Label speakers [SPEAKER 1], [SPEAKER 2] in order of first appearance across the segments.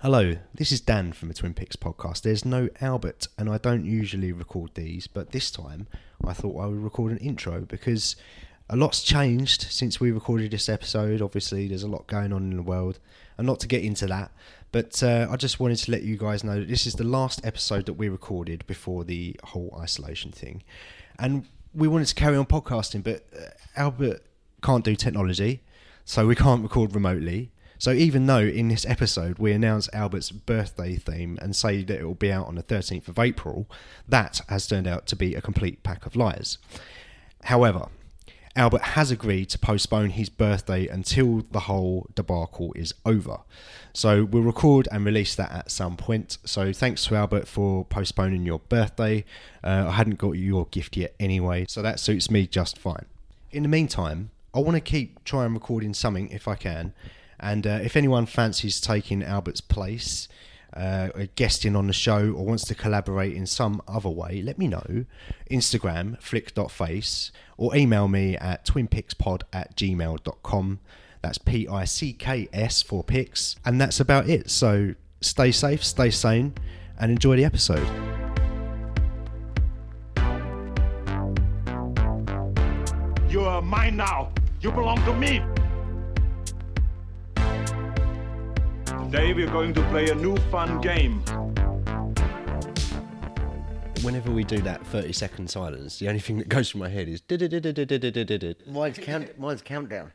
[SPEAKER 1] Hello, this is Dan from the Twin Peaks podcast. There's no Albert, and I don't usually record these, but this time I thought I would record an intro because a lot's changed since we recorded this episode. Obviously, there's a lot going on in the world, and not to get into that, but uh, I just wanted to let you guys know that this is the last episode that we recorded before the whole isolation thing. And we wanted to carry on podcasting, but uh, Albert can't do technology, so we can't record remotely. So even though in this episode we announce Albert's birthday theme and say that it will be out on the 13th of April, that has turned out to be a complete pack of liars. However, Albert has agreed to postpone his birthday until the whole debacle is over. So we'll record and release that at some point. So thanks to Albert for postponing your birthday. Uh, I hadn't got you your gift yet anyway, so that suits me just fine. In the meantime, I want to keep trying recording something if I can. And uh, if anyone fancies taking Albert's place, uh, or guesting on the show, or wants to collaborate in some other way, let me know. Instagram, flick.face, or email me at twinpixpod at gmail.com. That's P I C K S for pics. And that's about it. So stay safe, stay sane, and enjoy the episode.
[SPEAKER 2] You are mine now. You belong to me. Today we're going to play a new fun game.
[SPEAKER 1] Whenever we do that 30 second silence, the only thing that goes through my head is.
[SPEAKER 3] Mine's count. Mine's countdown.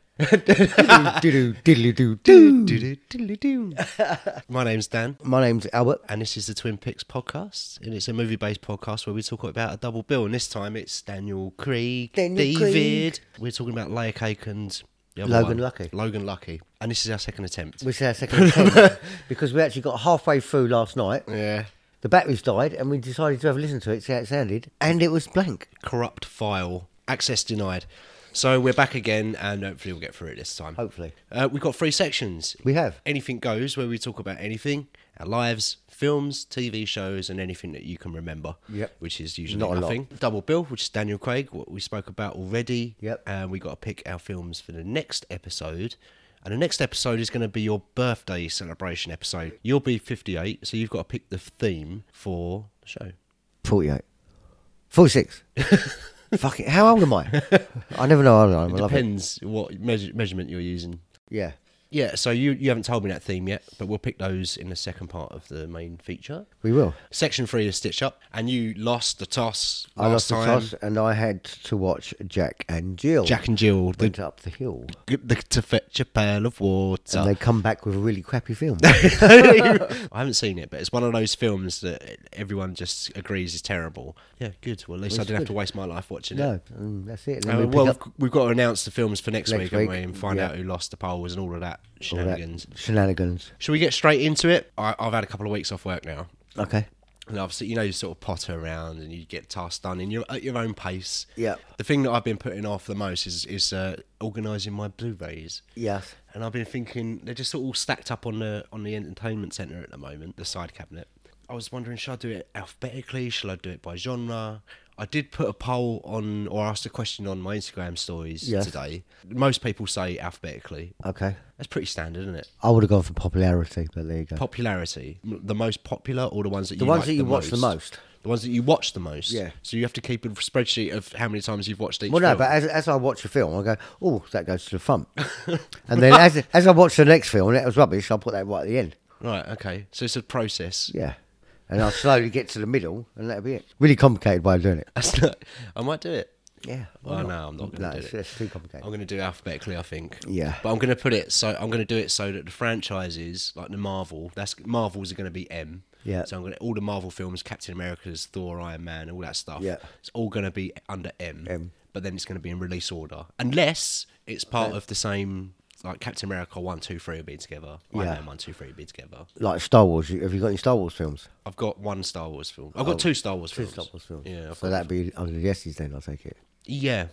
[SPEAKER 1] My name's Dan.
[SPEAKER 3] My name's Albert.
[SPEAKER 1] and this is the Twin Picks podcast, and it's a movie-based podcast where we talk about a double bill. And this time it's Daniel Craig,
[SPEAKER 3] Daniel
[SPEAKER 1] David. We're talking about Leia Cake and the other
[SPEAKER 3] Logan
[SPEAKER 1] one.
[SPEAKER 3] Lucky.
[SPEAKER 1] Logan Lucky, and this is our second attempt.
[SPEAKER 3] Which is our second attempt because we actually got halfway through last night.
[SPEAKER 1] yeah,
[SPEAKER 3] The batteries died, and we decided to have a listen to it, see how it sounded, and it was blank.
[SPEAKER 1] corrupt file, access denied. So we're back again, and hopefully we'll get through it this time.
[SPEAKER 3] Hopefully.
[SPEAKER 1] uh, we've got three sections.
[SPEAKER 3] We have.
[SPEAKER 1] anything goes, where we talk about anything, our lives, films, TV shows, and anything that you can remember.
[SPEAKER 3] Yep.
[SPEAKER 1] which is usually
[SPEAKER 3] Not a lot.
[SPEAKER 1] nothing. Double bill, which is Daniel Craig, what we spoke about already.
[SPEAKER 3] Yep.
[SPEAKER 1] and we got to pick our films for the next episode. And the next episode is going to be your birthday celebration episode. You'll be 58, so you've got to pick the theme for the show.
[SPEAKER 3] Forty-eight. Forty-six. Fucking. How old am I? I never know how old I am. I love it.
[SPEAKER 1] Depends what measure, measurement you're using.
[SPEAKER 3] Yeah.
[SPEAKER 1] Yeah, so you, you haven't told me that theme yet, but we'll pick those in the second part of the main feature.
[SPEAKER 3] We will.
[SPEAKER 1] Section three is Stitch Up, and you lost the toss.
[SPEAKER 3] I
[SPEAKER 1] last
[SPEAKER 3] lost the
[SPEAKER 1] time.
[SPEAKER 3] toss, and I had to watch Jack and Jill.
[SPEAKER 1] Jack and Jill the,
[SPEAKER 3] went up the hill,
[SPEAKER 1] the, to fetch a pail of water.
[SPEAKER 3] and they come back with a really crappy film.
[SPEAKER 1] I haven't seen it, but it's one of those films that everyone just agrees is terrible. Yeah, good. Well, at least I
[SPEAKER 3] it's
[SPEAKER 1] didn't have
[SPEAKER 3] good.
[SPEAKER 1] to waste my life watching it.
[SPEAKER 3] no, and that's it. And then
[SPEAKER 1] Uh,
[SPEAKER 3] we pick
[SPEAKER 1] well,
[SPEAKER 3] up
[SPEAKER 1] we've got to announce the films for next,
[SPEAKER 3] Next
[SPEAKER 1] week, haven't
[SPEAKER 3] week,
[SPEAKER 1] we, and find
[SPEAKER 3] yeah.
[SPEAKER 1] out who lost the polls and all of that
[SPEAKER 3] all that
[SPEAKER 1] shenanigans.
[SPEAKER 3] Shenanigans.
[SPEAKER 1] Should we get straight into it? I, I've had a couple of weeks off work now.
[SPEAKER 3] Okay.
[SPEAKER 1] and obviously you know you sort of potter around and you get tasks done in your at your own pace.
[SPEAKER 3] Yep.
[SPEAKER 1] The thing that I've been putting off the most is is uh, organising my Blu-rays.
[SPEAKER 3] Yes.
[SPEAKER 1] And I've been thinking they're just sort of all stacked up on the on the entertainment centre at the moment, the side cabinet. I was wondering, should I do it alphabetically? Shall I do it by genre? I did put a poll on or asked a question on my Instagram stories
[SPEAKER 3] Yes.
[SPEAKER 1] today. Most people say alphabetically.
[SPEAKER 3] Okay.
[SPEAKER 1] That's pretty standard, isn't it?
[SPEAKER 3] I would have gone for popularity, but there you go.
[SPEAKER 1] popularity, m- the most popular, or the ones that you
[SPEAKER 3] the ones
[SPEAKER 1] like
[SPEAKER 3] that you watch the most.
[SPEAKER 1] the ones that you watch the most.
[SPEAKER 3] Yeah.
[SPEAKER 1] So you have to keep a spreadsheet of how many times you've watched each.
[SPEAKER 3] Well, no,
[SPEAKER 1] film.
[SPEAKER 3] but uh, as, as I watch a film, I go, oh, that goes to the front. and then as, as I watch the next film, and that was rubbish, I'll put that right at the end.
[SPEAKER 1] right, okay. So it's a process.
[SPEAKER 3] Yeah. And I'll slowly get to the middle, and that'll be it. Really complicated way of doing it.
[SPEAKER 1] That's not, I might do it.
[SPEAKER 3] Yeah. why
[SPEAKER 1] Well, no, I'm not going to
[SPEAKER 3] No,
[SPEAKER 1] do
[SPEAKER 3] it's,
[SPEAKER 1] it.
[SPEAKER 3] it's too
[SPEAKER 1] I'm
[SPEAKER 3] complicated.
[SPEAKER 1] going to do it alphabetically, I think.
[SPEAKER 3] Yeah.
[SPEAKER 1] But I'm going to put it so I'm going to do it so that the franchises like the Marvel, that's Marvels are going to be M.
[SPEAKER 3] Yeah.
[SPEAKER 1] So I'm going to all the Marvel films, Captain America's, Thor, Iron Man, all that stuff.
[SPEAKER 3] Yeah.
[SPEAKER 1] It's all going to be under M.
[SPEAKER 3] M.
[SPEAKER 1] But then it's going to be in release order, unless it's part of the same. Like Captain America one, two, three will be together. Iron
[SPEAKER 3] Yeah.
[SPEAKER 1] Man one, two, three will be together.
[SPEAKER 3] Like Star Wars, you- have you got any Star Wars films?
[SPEAKER 1] I've got one Star Wars film. I've got two Star Wars
[SPEAKER 3] Oh, Two
[SPEAKER 1] films.
[SPEAKER 3] Star Wars films.
[SPEAKER 1] Yeah. I've
[SPEAKER 3] So
[SPEAKER 1] got-
[SPEAKER 3] that'd be under the S's then, I take it.
[SPEAKER 1] yeah.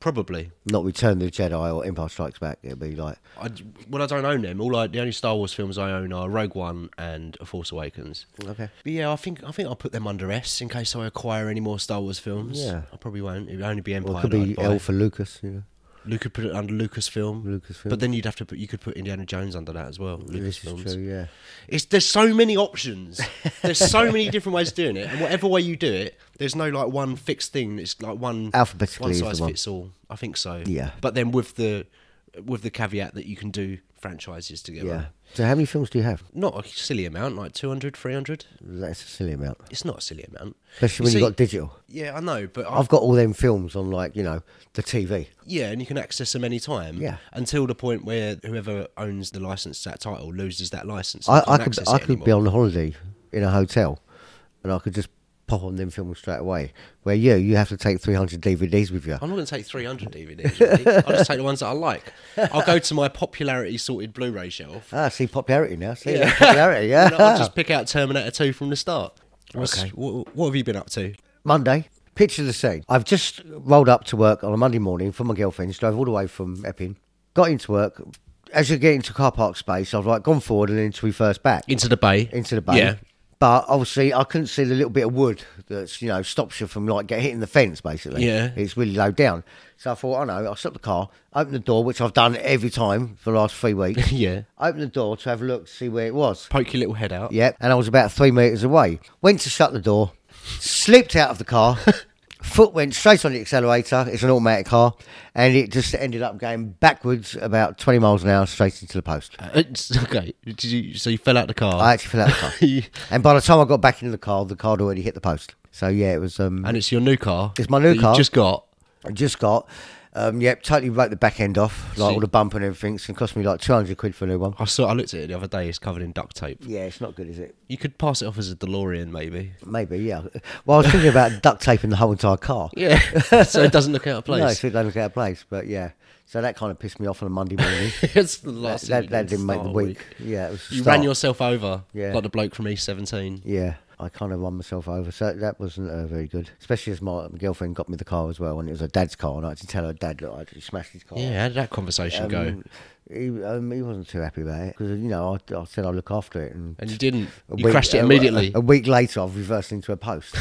[SPEAKER 1] Probably.
[SPEAKER 3] Not Return of the Jedi or Empire Strikes Back. It'd be like,
[SPEAKER 1] I, well, I don't own them. All I, the only Star Wars films I own are Rogue One and A Force Awakens.
[SPEAKER 3] okay.
[SPEAKER 1] But yeah, I think I think I'll put them under S in case I acquire any more Star Wars films.
[SPEAKER 3] Yeah.
[SPEAKER 1] I probably won't. It would only be Empire.
[SPEAKER 3] Or it could
[SPEAKER 1] that
[SPEAKER 3] be
[SPEAKER 1] I'd buy.
[SPEAKER 3] L for Lucas, you know.
[SPEAKER 1] You could put it under Lucasfilm.
[SPEAKER 3] Lucasfilm.
[SPEAKER 1] But then you'd have to put you could put Indiana Jones under that as well.
[SPEAKER 3] This is
[SPEAKER 1] Lucasfilms.
[SPEAKER 3] true, yeah.
[SPEAKER 1] It's there's so many options. There's so many different ways of doing it, and whatever way you do it, there's no like one fixed thing. It's like one
[SPEAKER 3] Alphabetically
[SPEAKER 1] one
[SPEAKER 3] is the
[SPEAKER 1] size
[SPEAKER 3] one.
[SPEAKER 1] fits all. I think so.
[SPEAKER 3] Yeah.
[SPEAKER 1] But then with the with the caveat that you can do franchises together.
[SPEAKER 3] Yeah. So how many films do you have?
[SPEAKER 1] Not a silly amount, like 200, 300.
[SPEAKER 3] That's a silly amount.
[SPEAKER 1] It's not a silly amount.
[SPEAKER 3] Especially when
[SPEAKER 1] see-
[SPEAKER 3] you've got digital.
[SPEAKER 1] Yeah, I know, but I've,
[SPEAKER 3] I've got all them films on like, you know, the TV.
[SPEAKER 1] yeah, and you can access them anytime.
[SPEAKER 3] Yeah.
[SPEAKER 1] Until the point where whoever owns the license to that title loses that license. and
[SPEAKER 3] I,
[SPEAKER 1] you
[SPEAKER 3] I
[SPEAKER 1] can't
[SPEAKER 3] could
[SPEAKER 1] access
[SPEAKER 3] I
[SPEAKER 1] it
[SPEAKER 3] could be
[SPEAKER 1] anymore.
[SPEAKER 3] on holiday in a hotel and I could just pop on them films straight away. Where you you have to take three hundred DVDs with you.
[SPEAKER 1] I'm not going to take 300 DVDs. Really. I'll just take the ones that I like. I'll go to my popularity sorted Blu-ray shelf.
[SPEAKER 3] Ah, see popularity now. See yeah. popularity, yeah.
[SPEAKER 1] And I'll just pick out Terminator 2 from the start.
[SPEAKER 3] Ah. Okay.
[SPEAKER 1] okay. What, what have you been up to?
[SPEAKER 3] Monday. Picture the scene. I've just rolled up to work on a Monday morning for my girlfriend's, drove all the way from Epping, got into work. As you get into car park space, I've like gone forward and into the first back.
[SPEAKER 1] Into the Bay.
[SPEAKER 3] into the bay.
[SPEAKER 1] Yeah.
[SPEAKER 3] But obviously, I couldn't see the little bit of wood that's you know stops you from like get hitting the fence. Basically,
[SPEAKER 1] Yeah.
[SPEAKER 3] it's really low down. So I thought, I know. I stopped the car, opened the door, which I've done every time for the last three weeks.
[SPEAKER 1] yeah.
[SPEAKER 3] opened the door to have a look, to see where it was.
[SPEAKER 1] Poke your little head out.
[SPEAKER 3] Yep, and I was about three meters away. Went to shut the door, slipped out of the car. Foot went straight on the accelerator. It's an automatic car, and it just ended up going backwards about twenty miles an hour straight into the post.
[SPEAKER 1] Uh, it's- okay. Did you, so you fell out the car.
[SPEAKER 3] I actually fell out of the car. And by the time I got back into the car, the car had already hit the post. So yeah, it was. Um,
[SPEAKER 1] and it's your new car.
[SPEAKER 3] It's my new
[SPEAKER 1] that you
[SPEAKER 3] car.
[SPEAKER 1] just got.
[SPEAKER 3] I just got. Um, yep, totally wrote the back end off, like
[SPEAKER 1] See.
[SPEAKER 3] all the bump and everything. It's gonna cost me like two hundred quid for a new one.
[SPEAKER 1] I saw. I looked at it the other day. It's covered in duct tape.
[SPEAKER 3] Yeah, it's not good, is it?
[SPEAKER 1] You could pass it off as a DeLorean, maybe.
[SPEAKER 3] Maybe, yeah. Well, I was thinking about duct taping the whole entire car.
[SPEAKER 1] Yeah. so it doesn't look out of
[SPEAKER 3] No,
[SPEAKER 1] place.
[SPEAKER 3] so it doesn't look out of place, but yeah. So that kind of pissed me off on a Monday morning.
[SPEAKER 1] it's the
[SPEAKER 3] that,
[SPEAKER 1] last. thing
[SPEAKER 3] that,
[SPEAKER 1] you
[SPEAKER 3] that
[SPEAKER 1] do to
[SPEAKER 3] didn't make the
[SPEAKER 1] start a
[SPEAKER 3] week. Yeah, it was. the
[SPEAKER 1] You
[SPEAKER 3] start.
[SPEAKER 1] ran yourself over.
[SPEAKER 3] Yeah.
[SPEAKER 1] Like the bloke from East Seventeen.
[SPEAKER 3] Yeah, I kind of run myself over. So that wasn't uh, very good. Especially as my girlfriend got me the car as well, and it was her dad's car, and I had to tell her dad, look, I actually smashed his car.
[SPEAKER 1] Yeah. How did that conversation go?
[SPEAKER 3] Um, He, um, he wasn't too happy about it because you know I, I said I'll look after it, and,
[SPEAKER 1] And you didn't.
[SPEAKER 3] a
[SPEAKER 1] You
[SPEAKER 3] week-
[SPEAKER 1] crashed it
[SPEAKER 3] a-
[SPEAKER 1] immediately.
[SPEAKER 3] A, week later, I've reversed into a post.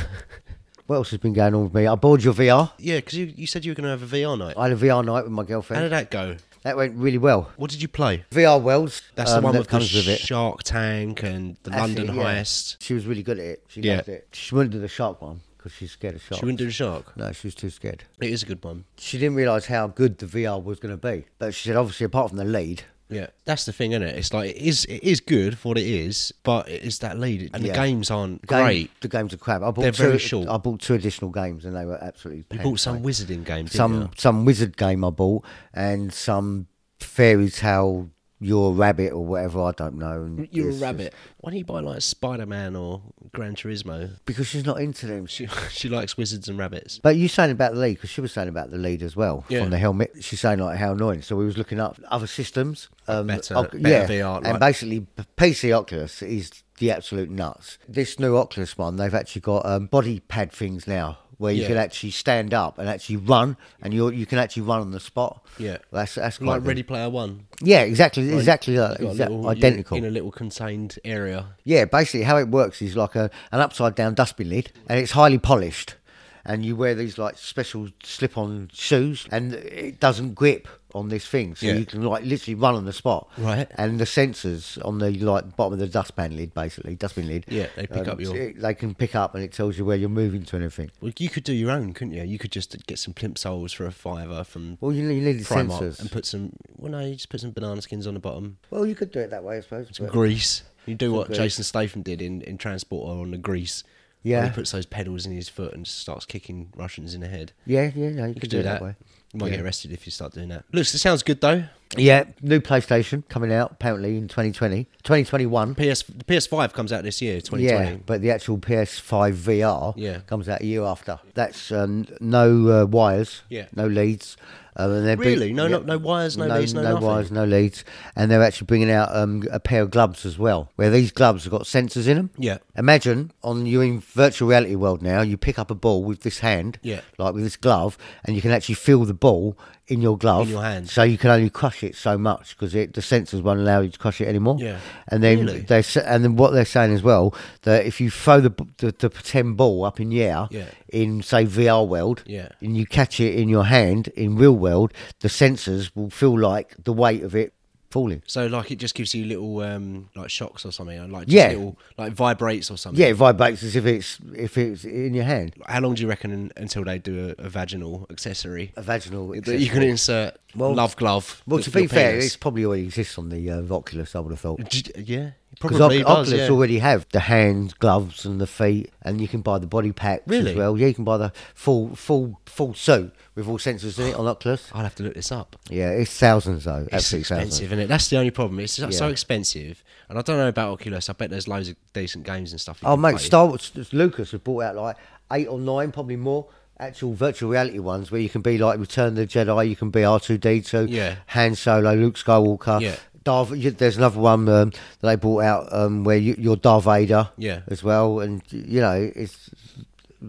[SPEAKER 3] what else has been going on with me? I bored your VR.
[SPEAKER 1] Yeah, because you, you said you were going to have a VR night.
[SPEAKER 3] I had a VR night with my
[SPEAKER 1] How did
[SPEAKER 3] girlfriend.
[SPEAKER 1] that go?
[SPEAKER 3] That went really well.
[SPEAKER 1] What did you play?
[SPEAKER 3] VR Wells.
[SPEAKER 1] That's
[SPEAKER 3] um,
[SPEAKER 1] the one
[SPEAKER 3] that
[SPEAKER 1] with
[SPEAKER 3] comes
[SPEAKER 1] the
[SPEAKER 3] with it.
[SPEAKER 1] Shark Tank and the
[SPEAKER 3] That's
[SPEAKER 1] London
[SPEAKER 3] it, yeah.
[SPEAKER 1] Heist.
[SPEAKER 3] She was really good at it. She
[SPEAKER 1] Yeah.
[SPEAKER 3] loved it. She wouldn't do the shark one because she's scared of sharks.
[SPEAKER 1] She wouldn't do the shark.
[SPEAKER 3] No, she was too scared.
[SPEAKER 1] It is a good one.
[SPEAKER 3] She didn't realise how good the VR was going to be. But she said, obviously, apart from the lead,
[SPEAKER 1] Yeah, that's the thing, isn't it? It's like it is. It is good for what it is, but it is that lead, and
[SPEAKER 3] Yeah.
[SPEAKER 1] the games aren't
[SPEAKER 3] game-
[SPEAKER 1] great.
[SPEAKER 3] the games are crap. I bought
[SPEAKER 1] They're
[SPEAKER 3] two,
[SPEAKER 1] very short.
[SPEAKER 3] I bought two additional games and they were absolutely.
[SPEAKER 1] You
[SPEAKER 3] pants
[SPEAKER 1] bought some
[SPEAKER 3] tight.
[SPEAKER 1] wizarding game, didn't
[SPEAKER 3] some
[SPEAKER 1] you?
[SPEAKER 3] some wizard game I bought and some fairy tale. Your rabbit or whatever I don't know. and
[SPEAKER 1] You're a
[SPEAKER 3] it's just-
[SPEAKER 1] rabbit. Why don't you buy like Spider Man or Gran Turismo?
[SPEAKER 3] because she's not into them.
[SPEAKER 1] She she likes wizards and rabbits.
[SPEAKER 3] But you saying about the lead because she was saying about the lead as well
[SPEAKER 1] Yeah.
[SPEAKER 3] from the helmet. She's saying like how annoying. So we was looking up other systems. Um,
[SPEAKER 1] better-
[SPEAKER 3] oc-
[SPEAKER 1] better
[SPEAKER 3] yeah,
[SPEAKER 1] VR, like-
[SPEAKER 3] and basically p- PC Oculus is the absolute nuts. This new Oculus one, they've actually got um, body pad things now where you
[SPEAKER 1] Yeah.
[SPEAKER 3] can actually stand up and actually run, and you you can actually run on the spot.
[SPEAKER 1] Yeah.
[SPEAKER 3] that's that's quite
[SPEAKER 1] Like
[SPEAKER 3] good.
[SPEAKER 1] Ready Player One.
[SPEAKER 3] Yeah, exactly, exactly,
[SPEAKER 1] You've
[SPEAKER 3] like,
[SPEAKER 1] got a
[SPEAKER 3] exact-
[SPEAKER 1] little-
[SPEAKER 3] identical.
[SPEAKER 1] in a little contained area.
[SPEAKER 3] Yeah, basically how it works is like a, an upside down dustbin lid, and it's highly polished, and you wear these like special slip on shoes, and it doesn't grip on this thing, so
[SPEAKER 1] Yeah.
[SPEAKER 3] you can like literally run on the spot.
[SPEAKER 1] Right.
[SPEAKER 3] And the sensors on the like bottom of the dustpan lid, basically dustbin lid. um,
[SPEAKER 1] Yeah, they pick up your-
[SPEAKER 3] it- they can pick up, and it tells you where you're moving to and everything.
[SPEAKER 1] Well, you could do your own, couldn't you? You could just get some plimsolls for a fiver from
[SPEAKER 3] Well, you need, you need the
[SPEAKER 1] Primark
[SPEAKER 3] sensors.
[SPEAKER 1] and put some. Well, no, you just put some banana skins on the bottom,
[SPEAKER 3] well, you could do it that way, I suppose.
[SPEAKER 1] some
[SPEAKER 3] but-
[SPEAKER 1] grease. You do what
[SPEAKER 3] grease.
[SPEAKER 1] Jason Statham did in in Transporter on the grease.
[SPEAKER 3] Yeah.
[SPEAKER 1] where he puts those pedals in his foot and just starts kicking Russians in the head.
[SPEAKER 3] yeah, yeah, no, you,
[SPEAKER 1] You
[SPEAKER 3] could do, it that way.
[SPEAKER 1] You might get arrested if you start doing that. Looks, it sounds good though.
[SPEAKER 3] Yeah, new PlayStation coming out apparently in 2020, 2021.
[SPEAKER 1] PS the PS5 comes out this year, 2020.
[SPEAKER 3] Yeah, but the actual PS5 VR
[SPEAKER 1] Yeah.
[SPEAKER 3] comes out a year after. That's um, no uh, wires,
[SPEAKER 1] Yeah.
[SPEAKER 3] no leads. Um, and they're bring-
[SPEAKER 1] Really? No- no- no wires, no leads, no nothing?
[SPEAKER 3] wires, no leads. And they're actually bringing out um, a pair of gloves as well, where these gloves have got sensors in them.
[SPEAKER 1] Yeah.
[SPEAKER 3] Imagine on you in virtual reality world now, you pick up a ball with this hand,
[SPEAKER 1] Yeah.
[SPEAKER 3] like with this glove, and you can actually feel the ball in your glove,
[SPEAKER 1] In your hand.
[SPEAKER 3] so you can only crush it so much because the sensors won't allow you to crush it anymore.
[SPEAKER 1] Yeah.
[SPEAKER 3] and then
[SPEAKER 1] Really?
[SPEAKER 3] they s- and then what they're saying as well that if you throw the b- the, the pretend ball up in the air,
[SPEAKER 1] Yeah.
[SPEAKER 3] in say VR world,
[SPEAKER 1] Yeah.
[SPEAKER 3] and you catch it in your hand in real world, the sensors will feel like the weight of it falling.
[SPEAKER 1] So like it just gives you little um like shocks or something, like just
[SPEAKER 3] Yeah.
[SPEAKER 1] little like vibrates or something.
[SPEAKER 3] Yeah, it vibrates as if it's if it's in your hand.
[SPEAKER 1] How long do you reckon un- until they do a, a vaginal accessory
[SPEAKER 3] A vaginal.
[SPEAKER 1] that you can insert
[SPEAKER 3] Uh, Well-
[SPEAKER 1] love glove?
[SPEAKER 3] Well,
[SPEAKER 1] th-
[SPEAKER 3] to
[SPEAKER 1] for
[SPEAKER 3] be
[SPEAKER 1] your
[SPEAKER 3] fair,
[SPEAKER 1] penis?
[SPEAKER 3] it's probably already exists on the uh, Oculus. I would have thought
[SPEAKER 1] D- yeah, it
[SPEAKER 3] because
[SPEAKER 1] probably does,
[SPEAKER 3] Oculus
[SPEAKER 1] yeah.
[SPEAKER 3] already have the hands, gloves, and the feet, and you can buy the body packs
[SPEAKER 1] Really?
[SPEAKER 3] as well. Yeah, you can buy the full, full, full suit with all sensors in it on Oculus.
[SPEAKER 1] I'll have to look this up.
[SPEAKER 3] Yeah, it's thousands though.
[SPEAKER 1] It's
[SPEAKER 3] absolutely
[SPEAKER 1] expensive,
[SPEAKER 3] thousands.
[SPEAKER 1] isn't it? That's the only problem. It's so so
[SPEAKER 3] Yeah.
[SPEAKER 1] expensive, and I don't know about Oculus. I bet there's loads of decent games and stuff. you
[SPEAKER 3] Oh
[SPEAKER 1] can
[SPEAKER 3] mate,
[SPEAKER 1] play.
[SPEAKER 3] Star Wars Lucas has brought out like eight or nine, probably more. Actual virtual reality ones where you can be like Return of the Jedi, you can be R two D two,
[SPEAKER 1] Yeah.
[SPEAKER 3] Han Solo, Luke Skywalker,
[SPEAKER 1] Yeah.
[SPEAKER 3] Darth. you- There's another one um, that they brought out um, where you, you're Darth Vader,
[SPEAKER 1] Yeah.
[SPEAKER 3] as well, and you know it's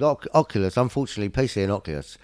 [SPEAKER 3] Oc- Oculus. Unfortunately, PC and Oculus,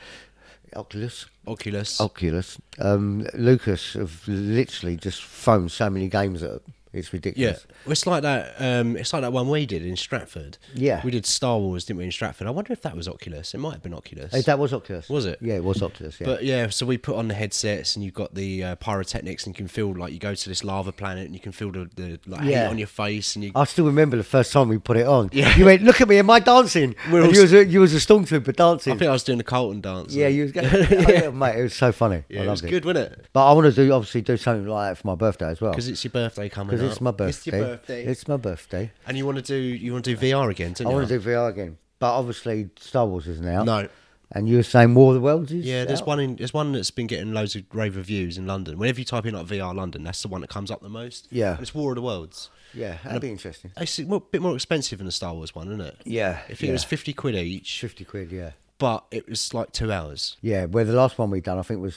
[SPEAKER 3] Oculus,
[SPEAKER 1] Oculus.
[SPEAKER 3] Oh, Oculus. Um, Lucas have literally just thrown so many games at it. It's
[SPEAKER 1] Yeah,
[SPEAKER 3] ridiculous.
[SPEAKER 1] Well, it's like that. Um, it's like that one we did in Stratford.
[SPEAKER 3] Yeah.
[SPEAKER 1] we did Star Wars, didn't we? In Stratford, I wonder if that was Oculus. It might have been Oculus.
[SPEAKER 3] Hey, that was Oculus.
[SPEAKER 1] Was it?
[SPEAKER 3] Yeah, it was Oculus. Yeah.
[SPEAKER 1] But yeah, so we put on the headsets, and you've got the uh, pyrotechnics, and you can feel like you go to this lava planet, and you can feel the, the like
[SPEAKER 3] Yeah.
[SPEAKER 1] heat on your face, and you
[SPEAKER 3] I still remember the first time we put it on.
[SPEAKER 1] Yeah.
[SPEAKER 3] You went, look at me, am I dancing?
[SPEAKER 1] We're
[SPEAKER 3] And
[SPEAKER 1] all
[SPEAKER 3] you, was a, you was a stormtrooper dancing.
[SPEAKER 1] I think I was doing the Colton dance.
[SPEAKER 3] yeah, you was going, oh, yeah, mate, it was so funny.
[SPEAKER 1] Yeah,
[SPEAKER 3] I
[SPEAKER 1] it was
[SPEAKER 3] loved it. Oh.
[SPEAKER 1] good, wasn't it?
[SPEAKER 3] But I want to do obviously do something like that for my birthday as well.
[SPEAKER 1] Because it's your birthday coming up.
[SPEAKER 3] Because it's my birthday.
[SPEAKER 1] It's your birthday.
[SPEAKER 3] It's my birthday.
[SPEAKER 1] and you want to do you want to do VR again, don't
[SPEAKER 3] I
[SPEAKER 1] you?
[SPEAKER 3] want to do VR again. But obviously Star Wars isn't out.
[SPEAKER 1] No.
[SPEAKER 3] And you were saying War of the Worlds is
[SPEAKER 1] yeah, there's
[SPEAKER 3] out?
[SPEAKER 1] one in there's one that's been getting loads of rave reviews in London. Whenever you type in like VR London, that's the one that comes up the most.
[SPEAKER 3] Yeah.
[SPEAKER 1] and it's War of the Worlds.
[SPEAKER 3] Yeah, that'd be interesting.
[SPEAKER 1] It's a mo- bit more expensive than the Star Wars one, isn't it?
[SPEAKER 3] Yeah,
[SPEAKER 1] If it
[SPEAKER 3] yeah.
[SPEAKER 1] was fifty quid each,
[SPEAKER 3] 50 quid, yeah.
[SPEAKER 1] but it was like two hours.
[SPEAKER 3] Yeah, where the last one we done, I think was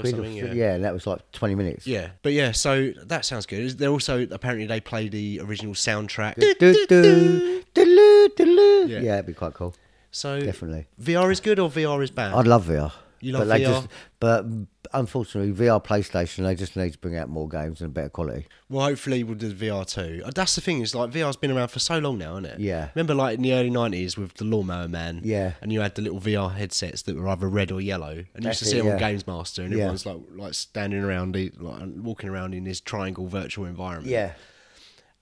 [SPEAKER 1] quid
[SPEAKER 3] quid.
[SPEAKER 1] or
[SPEAKER 3] or
[SPEAKER 1] something,
[SPEAKER 3] so-
[SPEAKER 1] yeah.
[SPEAKER 3] yeah, and that was like 20 minutes.
[SPEAKER 1] Yeah, but yeah, so that sounds good. They also apparently they play the original soundtrack.
[SPEAKER 3] Do, do, do, do,
[SPEAKER 1] Yeah.
[SPEAKER 3] yeah, it'd be quite cool.
[SPEAKER 1] So
[SPEAKER 3] Definitely.
[SPEAKER 1] VR is good or VR is bad.
[SPEAKER 3] I'd love VR.
[SPEAKER 1] You love
[SPEAKER 3] they
[SPEAKER 1] VR?
[SPEAKER 3] Just, but unfortunately, VR PlayStation, they just need to bring out more games and better quality.
[SPEAKER 1] Well, hopefully we'll do VR too. Uh, That's the thing is like VR's been around for so long now, isn't it?
[SPEAKER 3] Yeah.
[SPEAKER 1] Remember like in the early nineties with the Lawnmower Man.
[SPEAKER 3] Yeah.
[SPEAKER 1] And you had the little VR headsets that were either red or yellow, and you used
[SPEAKER 3] That's
[SPEAKER 1] to
[SPEAKER 3] it,
[SPEAKER 1] see them on
[SPEAKER 3] yeah.
[SPEAKER 1] Games Master, and
[SPEAKER 3] Yeah.
[SPEAKER 1] everyone's like like standing around, the- like walking around in this triangle virtual environment.
[SPEAKER 3] Yeah.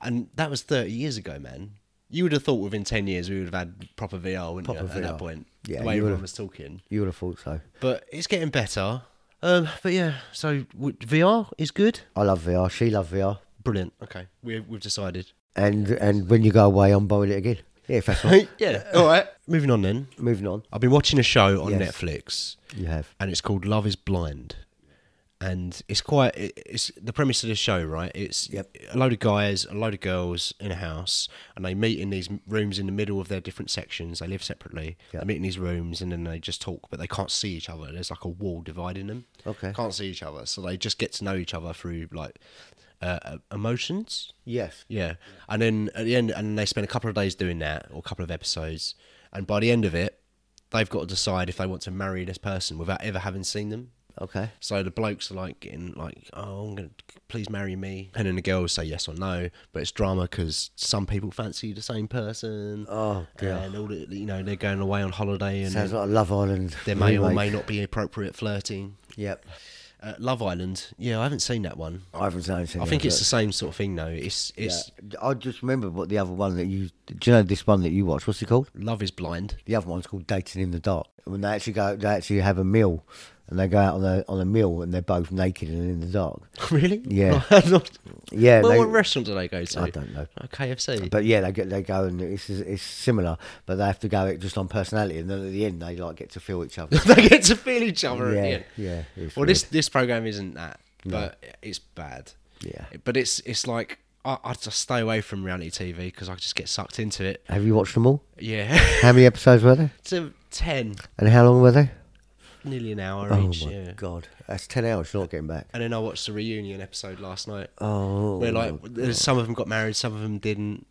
[SPEAKER 1] And that was thirty years ago, man. You would have thought within ten years we would have had proper VR, wouldn't
[SPEAKER 3] Proper
[SPEAKER 1] you? At that
[SPEAKER 3] VR.
[SPEAKER 1] point,
[SPEAKER 3] Yeah,
[SPEAKER 1] the way
[SPEAKER 3] you
[SPEAKER 1] everyone
[SPEAKER 3] would've.
[SPEAKER 1] was talking.
[SPEAKER 3] You would have thought so.
[SPEAKER 1] But it's getting better. Um, but yeah, so w- VR is good.
[SPEAKER 3] I love VR. She loves VR.
[SPEAKER 1] Brilliant. Okay, we, we've decided.
[SPEAKER 3] And and when you go away, I'm buying it again. Yeah, if that's right.
[SPEAKER 1] yeah. All right. Moving on then.
[SPEAKER 3] Moving on.
[SPEAKER 1] I've been watching a show on
[SPEAKER 3] Yes.
[SPEAKER 1] Netflix,
[SPEAKER 3] You have.
[SPEAKER 1] and it's called Love Is Blind, and it's quite. it- It's the premise of the show, right? It's
[SPEAKER 3] Yep.
[SPEAKER 1] a load of guys, a load of girls in a house, and they meet in these rooms in the middle of their different sections. They live separately. They
[SPEAKER 3] Yep.
[SPEAKER 1] meet in these rooms, and then they just talk, but they can't see each other. There's like a wall dividing them.
[SPEAKER 3] Okay.
[SPEAKER 1] Can't see each other, so they just get to know each other through like uh, uh, emotions.
[SPEAKER 3] Yes.
[SPEAKER 1] Yeah, and then at the end, and they spend a couple of days doing that, or a couple of episodes, and by the end of it, they've got to decide if they want to marry this person without ever having seen them.
[SPEAKER 3] Okay.
[SPEAKER 1] So the blokes are like getting like, "Oh, I'm gonna please marry me," and then the girls say yes or no, but it's drama because some people fancy the same person.
[SPEAKER 3] Oh, dear.
[SPEAKER 1] and all the, you know they're going away on holiday, and
[SPEAKER 3] Sounds like a Love Island.
[SPEAKER 1] there may or
[SPEAKER 3] remake.
[SPEAKER 1] may not be appropriate flirting.
[SPEAKER 3] Yep.
[SPEAKER 1] Uh, Love Island, yeah, I haven't seen that one.
[SPEAKER 3] I haven't seen anything.
[SPEAKER 1] I think
[SPEAKER 3] of
[SPEAKER 1] it's
[SPEAKER 3] it.
[SPEAKER 1] the same sort of thing though. It's it's
[SPEAKER 3] Yeah. I just remember what the other one that you. Do you know this one that you watched? What's it called?
[SPEAKER 1] Love is Blind.
[SPEAKER 3] The other one's called Dating in the Dark. When they actually go, they actually have a meal, and they go out on a on a meal, and they're both naked and in the dark.
[SPEAKER 1] Really?
[SPEAKER 3] Yeah.
[SPEAKER 1] Not-
[SPEAKER 3] Yeah,
[SPEAKER 1] Well,
[SPEAKER 3] they-
[SPEAKER 1] what restaurant do they go to? Oh,
[SPEAKER 3] I don't know.
[SPEAKER 1] Like KFC.
[SPEAKER 3] But yeah, they get they go and it's it's similar, but they have to go it just on personality, and then at the end they like get to feel each other.
[SPEAKER 1] they get to feel each other.
[SPEAKER 3] Yeah,
[SPEAKER 1] Yeah.
[SPEAKER 3] yeah,
[SPEAKER 1] Well, this
[SPEAKER 3] it's
[SPEAKER 1] this program isn't that, but it's bad.
[SPEAKER 3] Yeah.
[SPEAKER 1] But it's it's like I, I just stay away from reality TV because I just get sucked into it.
[SPEAKER 3] have you watched them all?
[SPEAKER 1] Yeah.
[SPEAKER 3] How many episodes were there,
[SPEAKER 1] to ten,
[SPEAKER 3] and how long were they?
[SPEAKER 1] nearly an hour
[SPEAKER 3] Oh
[SPEAKER 1] each.
[SPEAKER 3] my
[SPEAKER 1] yeah.
[SPEAKER 3] god, that's ten hours. You're not getting back.
[SPEAKER 1] And then I watched the reunion episode last night.
[SPEAKER 3] Oh,
[SPEAKER 1] Where like there's some of them got married, some of them didn't,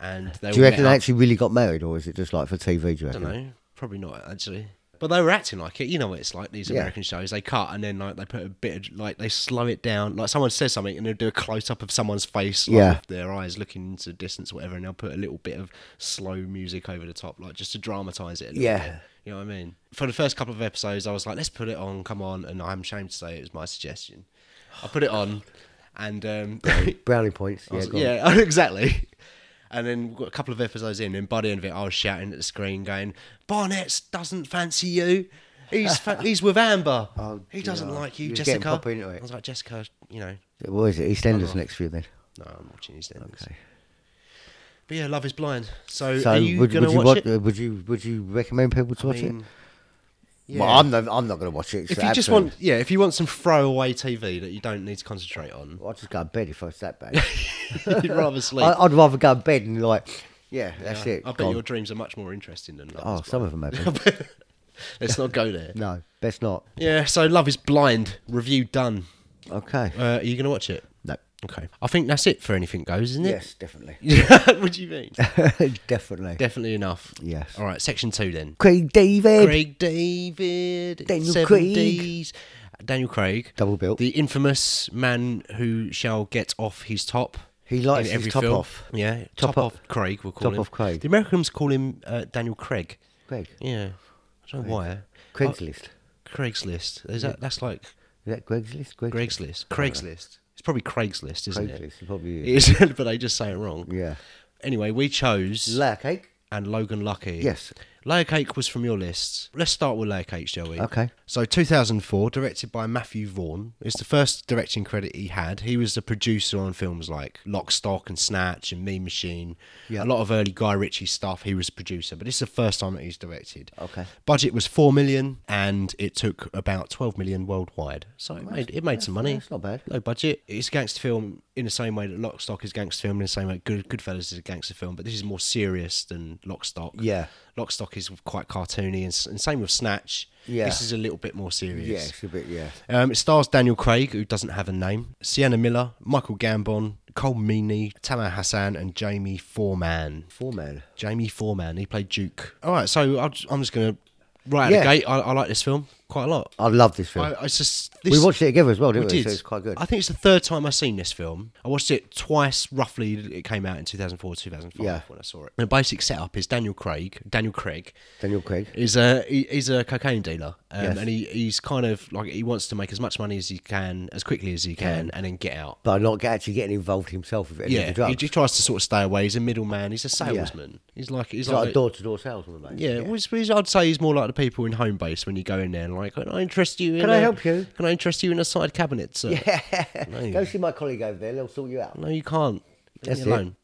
[SPEAKER 1] and they.
[SPEAKER 3] do you
[SPEAKER 1] all
[SPEAKER 3] reckon
[SPEAKER 1] met
[SPEAKER 3] they
[SPEAKER 1] up.
[SPEAKER 3] actually really got married, or is it just like for TV? Do you
[SPEAKER 1] I
[SPEAKER 3] reckon?
[SPEAKER 1] don't know. Probably not actually. But they were acting like it. You know what it's like these
[SPEAKER 3] Yeah.
[SPEAKER 1] American shows. They cut and then like they put a bit of like they slow it down. Like someone says something and they'll do a close up of someone's face, like,
[SPEAKER 3] Yeah.
[SPEAKER 1] with their eyes looking into the distance, or whatever, and they'll put a little bit of slow music over the top, like just to dramatize it. A little
[SPEAKER 3] Yeah.
[SPEAKER 1] bit. You know what I mean? For the first couple of episodes, I was like, let's put it on, come on. And I'm ashamed to say it was my suggestion. I put it on and um,
[SPEAKER 3] Brownie points.
[SPEAKER 1] I
[SPEAKER 3] Yeah,
[SPEAKER 1] was-
[SPEAKER 3] go on.
[SPEAKER 1] Yeah, exactly. And then we got a couple of episodes in, and by the end of it, I was shouting at the screen, going, "Barnett's doesn't fancy you. He's fa- he's with Amber.
[SPEAKER 3] Oh,
[SPEAKER 1] he doesn't
[SPEAKER 3] dear.
[SPEAKER 1] like you,
[SPEAKER 3] You was getting
[SPEAKER 1] Jessica."
[SPEAKER 3] proper into it.
[SPEAKER 1] I was like, "Jessica, you know,
[SPEAKER 3] What is it? EastEnders next for you then.
[SPEAKER 1] no, I'm watching these things." Okay. But yeah, Love is Blind. So,
[SPEAKER 3] So
[SPEAKER 1] are you
[SPEAKER 3] would,
[SPEAKER 1] going
[SPEAKER 3] would
[SPEAKER 1] to
[SPEAKER 3] you
[SPEAKER 1] watch
[SPEAKER 3] watch-
[SPEAKER 1] it?
[SPEAKER 3] uh, Would you would you recommend people to
[SPEAKER 1] I
[SPEAKER 3] watch
[SPEAKER 1] mean,
[SPEAKER 3] it?
[SPEAKER 1] yeah.
[SPEAKER 3] Well, I'm not. I'm not going to watch it.
[SPEAKER 1] if
[SPEAKER 3] so
[SPEAKER 1] you just
[SPEAKER 3] absolutely.
[SPEAKER 1] want, yeah, if you want some throwaway TV that you don't need to concentrate on,
[SPEAKER 3] I'd just go to bed if I was that bad.
[SPEAKER 1] you'd rather sleep.
[SPEAKER 3] I, I'd rather go to bed and like, yeah, that's
[SPEAKER 1] Yeah.
[SPEAKER 3] it.
[SPEAKER 1] I bet
[SPEAKER 3] gone.
[SPEAKER 1] your dreams are much more interesting than Love.
[SPEAKER 3] Oh,
[SPEAKER 1] is
[SPEAKER 3] some of them maybe.
[SPEAKER 1] Blind. Let's not go there.
[SPEAKER 3] no, best not.
[SPEAKER 1] Yeah, so Love is Blind review done.
[SPEAKER 3] Okay.
[SPEAKER 1] Uh, are you going to watch it?
[SPEAKER 3] No.
[SPEAKER 1] Okay. I think that's it for Anything Goes, isn't it?
[SPEAKER 3] Yes, definitely.
[SPEAKER 1] Yes. what do you mean?
[SPEAKER 3] definitely.
[SPEAKER 1] Definitely enough.
[SPEAKER 3] Yes.
[SPEAKER 1] All right, section two then.
[SPEAKER 3] Craig David.
[SPEAKER 1] Craig David.
[SPEAKER 3] Daniel
[SPEAKER 1] seven
[SPEAKER 3] Craig.
[SPEAKER 1] Ds. Daniel Craig.
[SPEAKER 3] Double bill.
[SPEAKER 1] The infamous man who shall get off his top.
[SPEAKER 3] He likes
[SPEAKER 1] in
[SPEAKER 3] his
[SPEAKER 1] every
[SPEAKER 3] top
[SPEAKER 1] film.
[SPEAKER 3] off.
[SPEAKER 1] Yeah,
[SPEAKER 3] Top
[SPEAKER 1] top,
[SPEAKER 3] off-
[SPEAKER 1] off Craig, we'll call
[SPEAKER 3] top
[SPEAKER 1] him.
[SPEAKER 3] off Craig.
[SPEAKER 1] The Americans call him uh, Daniel Craig.
[SPEAKER 3] Craig.
[SPEAKER 1] Yeah. I don't know why.
[SPEAKER 3] Craigslist.
[SPEAKER 1] Oh, Craigslist. Is that, that's like
[SPEAKER 3] Is that Craigslist?
[SPEAKER 1] Craigslist.
[SPEAKER 3] Craigslist.
[SPEAKER 1] Craigslist. It's probably Craigslist, isn't it?
[SPEAKER 3] Craigslist. Probably.
[SPEAKER 1] It is, but they just say it wrong.
[SPEAKER 3] Yeah.
[SPEAKER 1] Anyway, we chose
[SPEAKER 3] Layer cake.
[SPEAKER 1] and Logan Lucky.
[SPEAKER 3] Yes.
[SPEAKER 1] Layer Cake was from your list. Let's start with Layer Cake, shall we?
[SPEAKER 3] Okay.
[SPEAKER 1] So 2004, directed by Matthew Vaughn. It's the first directing credit he had. He was the producer on films like Lock, Stock and Snatch and Mean Machine.
[SPEAKER 3] Yeah.
[SPEAKER 1] A lot of early Guy Ritchie stuff, he was a producer, but this is the first time that he's directed.
[SPEAKER 3] Okay.
[SPEAKER 1] Budget was 4 million and it took about 12 million worldwide. So it made, it made some money.
[SPEAKER 3] that's not bad.
[SPEAKER 1] Low budget. It's a gangster film in the same way that Lock, Stock is a gangster film, in the same way Good Goodfellas is a gangster film, but this is more serious than Lock, Stock.
[SPEAKER 3] Yeah.
[SPEAKER 1] Lock, Stock is quite cartoony and, s- and same with Snatch.
[SPEAKER 3] Yeah.
[SPEAKER 1] This is a little bit more serious.
[SPEAKER 3] Yeah, it's a bit. Yeah.
[SPEAKER 1] Um, it stars Daniel Craig, who doesn't have a name, Sienna Miller, Michael Gambon, Cole Meany, Tamer Hassan, and Jamie Foreman.
[SPEAKER 3] Four man.
[SPEAKER 1] Jamie Foreman, he played Duke. All right, so I'll, j- I'm just going to, right out
[SPEAKER 3] Yeah.
[SPEAKER 1] of the gate, I, I like this film quite a lot.
[SPEAKER 3] I love this film.
[SPEAKER 1] I, I just,
[SPEAKER 3] we
[SPEAKER 1] this,
[SPEAKER 3] watched it together as well,
[SPEAKER 1] I
[SPEAKER 3] didn't we?
[SPEAKER 1] did.
[SPEAKER 3] So it's quite good.
[SPEAKER 1] I think it's the third time I've seen this film. I watched it twice, roughly. It came out in 2004, 2005
[SPEAKER 3] Yeah.
[SPEAKER 1] when I saw it. The basic setup is Daniel Craig. Daniel Craig
[SPEAKER 3] Daniel Craig.
[SPEAKER 1] is a he, he's a cocaine dealer, um,
[SPEAKER 3] Yes.
[SPEAKER 1] and he, he's kind of like he wants to make as much money as he can, as quickly as he can, and then get out.
[SPEAKER 3] But not get- actually getting involved himself with any of the
[SPEAKER 1] Yeah, he
[SPEAKER 3] drugs.
[SPEAKER 1] just tries to sort of stay away. He's a middleman. He's a salesman. He's like he's,
[SPEAKER 3] He's like a
[SPEAKER 1] the-
[SPEAKER 3] door to door salesman, mate.
[SPEAKER 1] yeah, well, it's- it's- I'd say he's more like the people in home base when you go in there and like, can I interest you? In
[SPEAKER 3] Can I
[SPEAKER 1] a-
[SPEAKER 3] help you?"
[SPEAKER 1] Can I interest you in a side cabinet? Sir? Yeah. No,
[SPEAKER 3] Go see my colleague over there. They'll sort you out.
[SPEAKER 1] No, you can't. Leave
[SPEAKER 3] That's
[SPEAKER 1] me
[SPEAKER 3] it.
[SPEAKER 1] alone.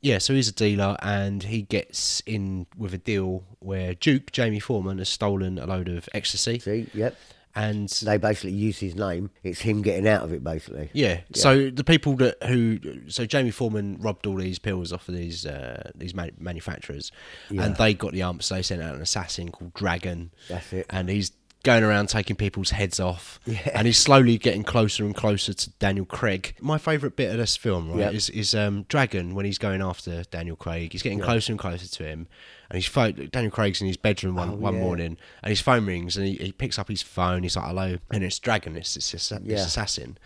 [SPEAKER 1] Yeah, so he's a dealer and he gets in with a deal where Duke, Jamie Foreman, has stolen a load of ecstasy.
[SPEAKER 3] See, yep.
[SPEAKER 1] And
[SPEAKER 3] They basically use his name. It's him getting out of it, basically.
[SPEAKER 1] yeah, so the people that who, so Jamie Foreman robbed all these pills off of these uh, these man- manufacturers and they got the ump, so they sent out an assassin called Dragon.
[SPEAKER 3] That's it.
[SPEAKER 1] And he's going around taking people's heads off and he's slowly getting closer and closer to Daniel Craig. My favourite bit of this film, right,
[SPEAKER 3] Yep.
[SPEAKER 1] is, is um, Dragon when he's going after Daniel Craig. He's getting closer and closer to him. And his phone, Daniel Craig's in his bedroom one one
[SPEAKER 3] Oh, yeah.
[SPEAKER 1] morning and his phone rings and he, he picks up his phone. He's like, hello. And it's Dragon, it's, it's, this this
[SPEAKER 3] Yeah.
[SPEAKER 1] assassin.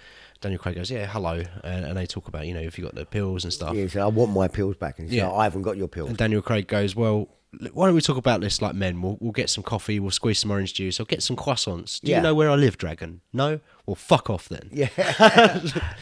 [SPEAKER 1] Daniel Craig goes, yeah, hello. And, and they talk about, you know, if you got the pills and stuff.
[SPEAKER 3] Yeah, he said, I want my pills back. And he said,
[SPEAKER 1] Yeah.
[SPEAKER 3] I haven't got your pills.
[SPEAKER 1] And Daniel Craig goes, "Well, l- why don't we talk about this like men? We'll, we'll get some coffee, we'll squeeze some orange juice, I'll get some croissants. Do
[SPEAKER 3] Yeah.
[SPEAKER 1] you know where I live, Dragon? No? Well, fuck off then."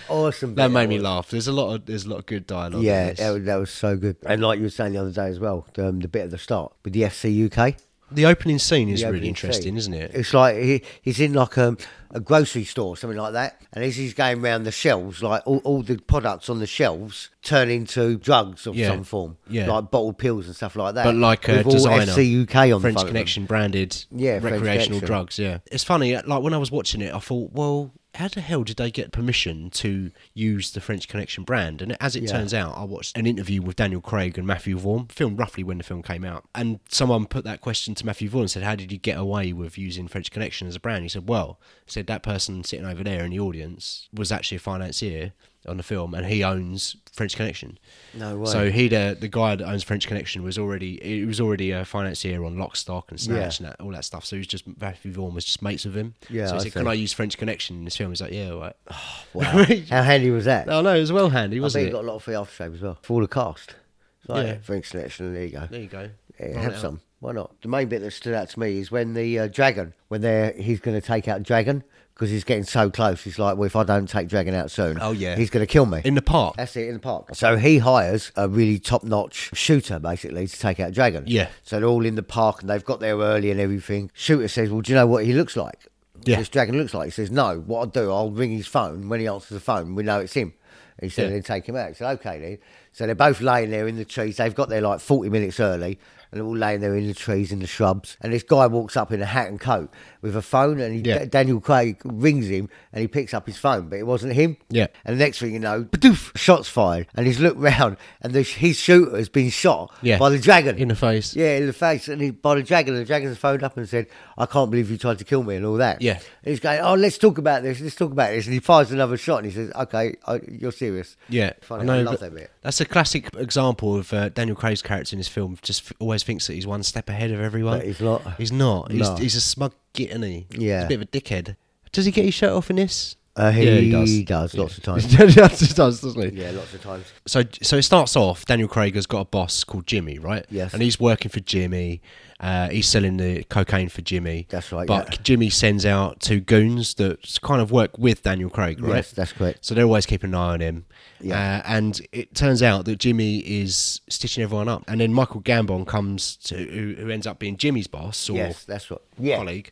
[SPEAKER 3] awesome.
[SPEAKER 1] That
[SPEAKER 3] bit.
[SPEAKER 1] made me laugh. There's a lot of there's a lot of good dialogue. in
[SPEAKER 3] Yeah,
[SPEAKER 1] this.
[SPEAKER 3] that was, that was so good. And like you were saying the other day as well, the, um, the bit at the start with the FC UK.
[SPEAKER 1] the opening scene is
[SPEAKER 3] the
[SPEAKER 1] really
[SPEAKER 3] opening
[SPEAKER 1] interesting,
[SPEAKER 3] scene.
[SPEAKER 1] isn't it?
[SPEAKER 3] It's like he, he's in like um, a grocery store, something like that, and as he's going round the shelves, like all, all the products on the shelves turn into drugs of
[SPEAKER 1] Yeah.
[SPEAKER 3] some form,
[SPEAKER 1] Yeah.
[SPEAKER 3] like bottled pills and stuff like that.
[SPEAKER 1] But like a
[SPEAKER 3] with all
[SPEAKER 1] designer,
[SPEAKER 3] FC UK on
[SPEAKER 1] French
[SPEAKER 3] the front
[SPEAKER 1] Connection branded,
[SPEAKER 3] Yeah, French
[SPEAKER 1] recreational
[SPEAKER 3] Connection.
[SPEAKER 1] drugs. Yeah, it's funny. uh, Like when I was watching it, I thought, well, how the hell did they get permission to use the French Connection brand? And as it turns out, I watched an interview with Daniel Craig and Matthew Vaughn, filmed roughly when the film came out, and someone put that question to Matthew Vaughn and said, "How did you get away with using French Connection as a brand?" He said, "Well," he said that person sitting over there in the audience was actually a financier. on the film, and he owns French Connection.
[SPEAKER 3] No way.
[SPEAKER 1] So he, uh, the guy that owns French Connection, was already he was already a financier on Lock, Stock, and Snatch and that, all that stuff. So he was just Matthew Vaughan was just mates with him.
[SPEAKER 3] Yeah,
[SPEAKER 1] So
[SPEAKER 3] I
[SPEAKER 1] he said, "Can
[SPEAKER 3] see.
[SPEAKER 1] I use French Connection in this film?" He's like, "Yeah, all right."
[SPEAKER 3] Wow. How handy was that?
[SPEAKER 1] Oh no, it was well handy,
[SPEAKER 3] I bet
[SPEAKER 1] wasn't
[SPEAKER 3] you
[SPEAKER 1] it?
[SPEAKER 3] got a lot of free aftershave as well for all the cast. It's Like
[SPEAKER 1] Yeah.
[SPEAKER 3] French selection. There you go.
[SPEAKER 1] There you go.
[SPEAKER 3] Yeah,
[SPEAKER 1] Roll
[SPEAKER 3] have
[SPEAKER 1] it out.
[SPEAKER 3] some. Why not? The main bit that stood out to me is when the uh, dragon, when they're he's going to take out dragon because he's getting so close. He's like, well, if I don't take dragon out soon,
[SPEAKER 1] Oh, yeah.
[SPEAKER 3] he's going to kill me.
[SPEAKER 1] in the park.
[SPEAKER 3] That's it in the park. So he hires a really top notch shooter basically to take out Dragon.
[SPEAKER 1] Yeah.
[SPEAKER 3] So they're all in the park and they've got there early and everything. Shooter says, Well, do you know what he looks like?
[SPEAKER 1] Yeah.
[SPEAKER 3] This dragon looks like. He says, No, what I'll do, I'll ring his phone. When he answers the phone, we know it's him. He said,
[SPEAKER 1] Yeah.
[SPEAKER 3] Then take him out. He said, Okay then. So they're both laying there in the trees. They've got there like 40 minutes early. And they're all laying there in the trees, in the shrubs. And this guy walks up in a hat and coat with a phone, and he,
[SPEAKER 1] Yeah.
[SPEAKER 3] Daniel Craig rings him and he picks up his phone, but it wasn't him.
[SPEAKER 1] Yeah.
[SPEAKER 3] And the next thing you know, badoof, shots fired, and he's looked round, and the, his shooter has been shot
[SPEAKER 1] Yeah.
[SPEAKER 3] by the dragon.
[SPEAKER 1] In the face.
[SPEAKER 3] Yeah, in the face, and he, by the dragon. And the dragon's phoned up and said, "I can't believe you tried to kill me," and all that.
[SPEAKER 1] Yeah.
[SPEAKER 3] And he's going, "Oh, let's talk about this. Let's talk about this." And he fires another shot, and he says, "Okay, I, you're serious."
[SPEAKER 1] Yeah,
[SPEAKER 3] Funny, I,
[SPEAKER 1] know, but
[SPEAKER 3] love that bit.
[SPEAKER 1] That's a classic example of uh, Daniel Craig's character in his film. Just f- always thinks that he's one step ahead of everyone.
[SPEAKER 3] But he's not.
[SPEAKER 1] He's not. He's,
[SPEAKER 3] No.
[SPEAKER 1] he's a smug git, isn't he?
[SPEAKER 3] Yeah.
[SPEAKER 1] he's a bit of a dickhead. Does he get his shirt off in this?
[SPEAKER 3] Uh, he,
[SPEAKER 1] Yeah, he
[SPEAKER 3] does.
[SPEAKER 1] does.
[SPEAKER 3] lots of times.
[SPEAKER 1] he does, doesn't he?
[SPEAKER 3] yeah, lots of times.
[SPEAKER 1] So, so it starts off. Daniel Craig has got a boss called Jimmy, right?
[SPEAKER 3] Yes.
[SPEAKER 1] And he's working for Jimmy. Uh, he's selling the cocaine for Jimmy.
[SPEAKER 3] That's right,
[SPEAKER 1] But
[SPEAKER 3] yeah.
[SPEAKER 1] Jimmy sends out two goons that kind of work with Daniel Craig, right?
[SPEAKER 3] Yes, that's correct.
[SPEAKER 1] So they're always keeping an eye on him.
[SPEAKER 3] Yeah.
[SPEAKER 1] Uh, and it turns out that Jimmy is stitching everyone up, and then Michael Gambon comes to who, who ends up being Jimmy's boss or
[SPEAKER 3] Yes, that's what. Yeah.
[SPEAKER 1] colleague.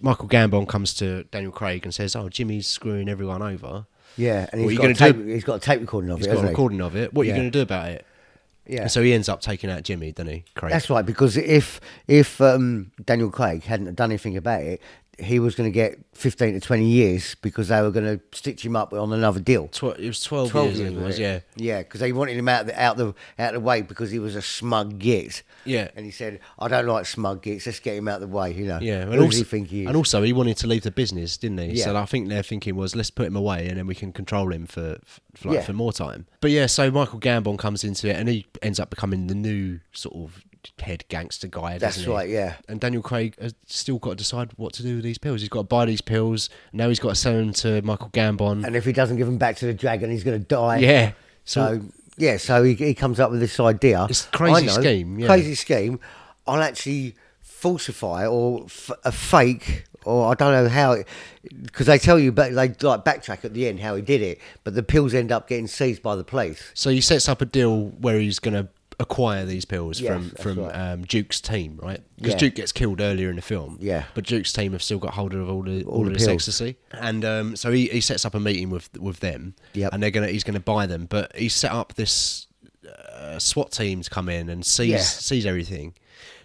[SPEAKER 1] Michael Gambon comes to Daniel Craig and says, "Oh, Jimmy's screwing everyone over."
[SPEAKER 3] Yeah, and
[SPEAKER 1] What
[SPEAKER 3] he's
[SPEAKER 1] are
[SPEAKER 3] got, a
[SPEAKER 1] you gonna
[SPEAKER 3] tape,
[SPEAKER 1] do?
[SPEAKER 3] he's got a tape recording of
[SPEAKER 1] He's
[SPEAKER 3] it.
[SPEAKER 1] got a
[SPEAKER 3] hasn't he?
[SPEAKER 1] recording of it. What are
[SPEAKER 3] Yeah.
[SPEAKER 1] you going to do about it?
[SPEAKER 3] Yeah.
[SPEAKER 1] And so he ends up taking out Jimmy, doesn't he? Craig.
[SPEAKER 3] That's right, because if if um, Daniel Craig hadn't done anything about it, he was going to get fifteen to twenty years because they were going to stitch him up on another deal.
[SPEAKER 1] Tw- it was 12, years, I think it was,
[SPEAKER 3] wasn't
[SPEAKER 1] yeah.
[SPEAKER 3] it? yeah, because they wanted him out the out the out the way because he was a smug git.
[SPEAKER 1] Yeah.
[SPEAKER 3] and he said, "I don't like smug gits. Let's get him out the way." You know,
[SPEAKER 1] Yeah,
[SPEAKER 3] Who does he think he is?
[SPEAKER 1] and also he wanted to leave the business, didn't he? So
[SPEAKER 3] Yeah.
[SPEAKER 1] I think their thinking was let's put him away and then we can control him for for, like,
[SPEAKER 3] Yeah.
[SPEAKER 1] for more time. But yeah, so Michael Gambon comes into it and he ends up becoming the new sort of head gangster guy.
[SPEAKER 3] That's
[SPEAKER 1] doesn't he?
[SPEAKER 3] right, yeah.
[SPEAKER 1] And Daniel Craig has still got to decide what to do with these pills. He's got to buy these pills. Now he's got to sell them to Michael Gambon.
[SPEAKER 3] and if he doesn't give him back to the dragon, he's going to die.
[SPEAKER 1] yeah. So,
[SPEAKER 3] So yeah, so he, he comes up with this idea.
[SPEAKER 1] It's crazy
[SPEAKER 3] I know,
[SPEAKER 1] scheme, yeah.
[SPEAKER 3] Crazy scheme. I'll actually falsify or f- a fake or I don't know how, because they tell you, but they like backtrack at the end how he did it. But the pills end up getting seized by the police.
[SPEAKER 1] so he sets up a deal where he's going to acquire these pills
[SPEAKER 3] Yes,
[SPEAKER 1] from
[SPEAKER 3] that's
[SPEAKER 1] from
[SPEAKER 3] right.
[SPEAKER 1] um, Duke's team, right? Because
[SPEAKER 3] Yeah.
[SPEAKER 1] Duke gets killed earlier in the film.
[SPEAKER 3] Yeah.
[SPEAKER 1] But Duke's team have still got hold of all the all,
[SPEAKER 3] the
[SPEAKER 1] of this
[SPEAKER 3] pills.
[SPEAKER 1] ecstasy, and um, so he, he sets up a meeting with with them.
[SPEAKER 3] Yep.
[SPEAKER 1] And they're gonna he's gonna buy them, but he set up this uh, SWAT team to come in and seize
[SPEAKER 3] Yeah.
[SPEAKER 1] seize everything.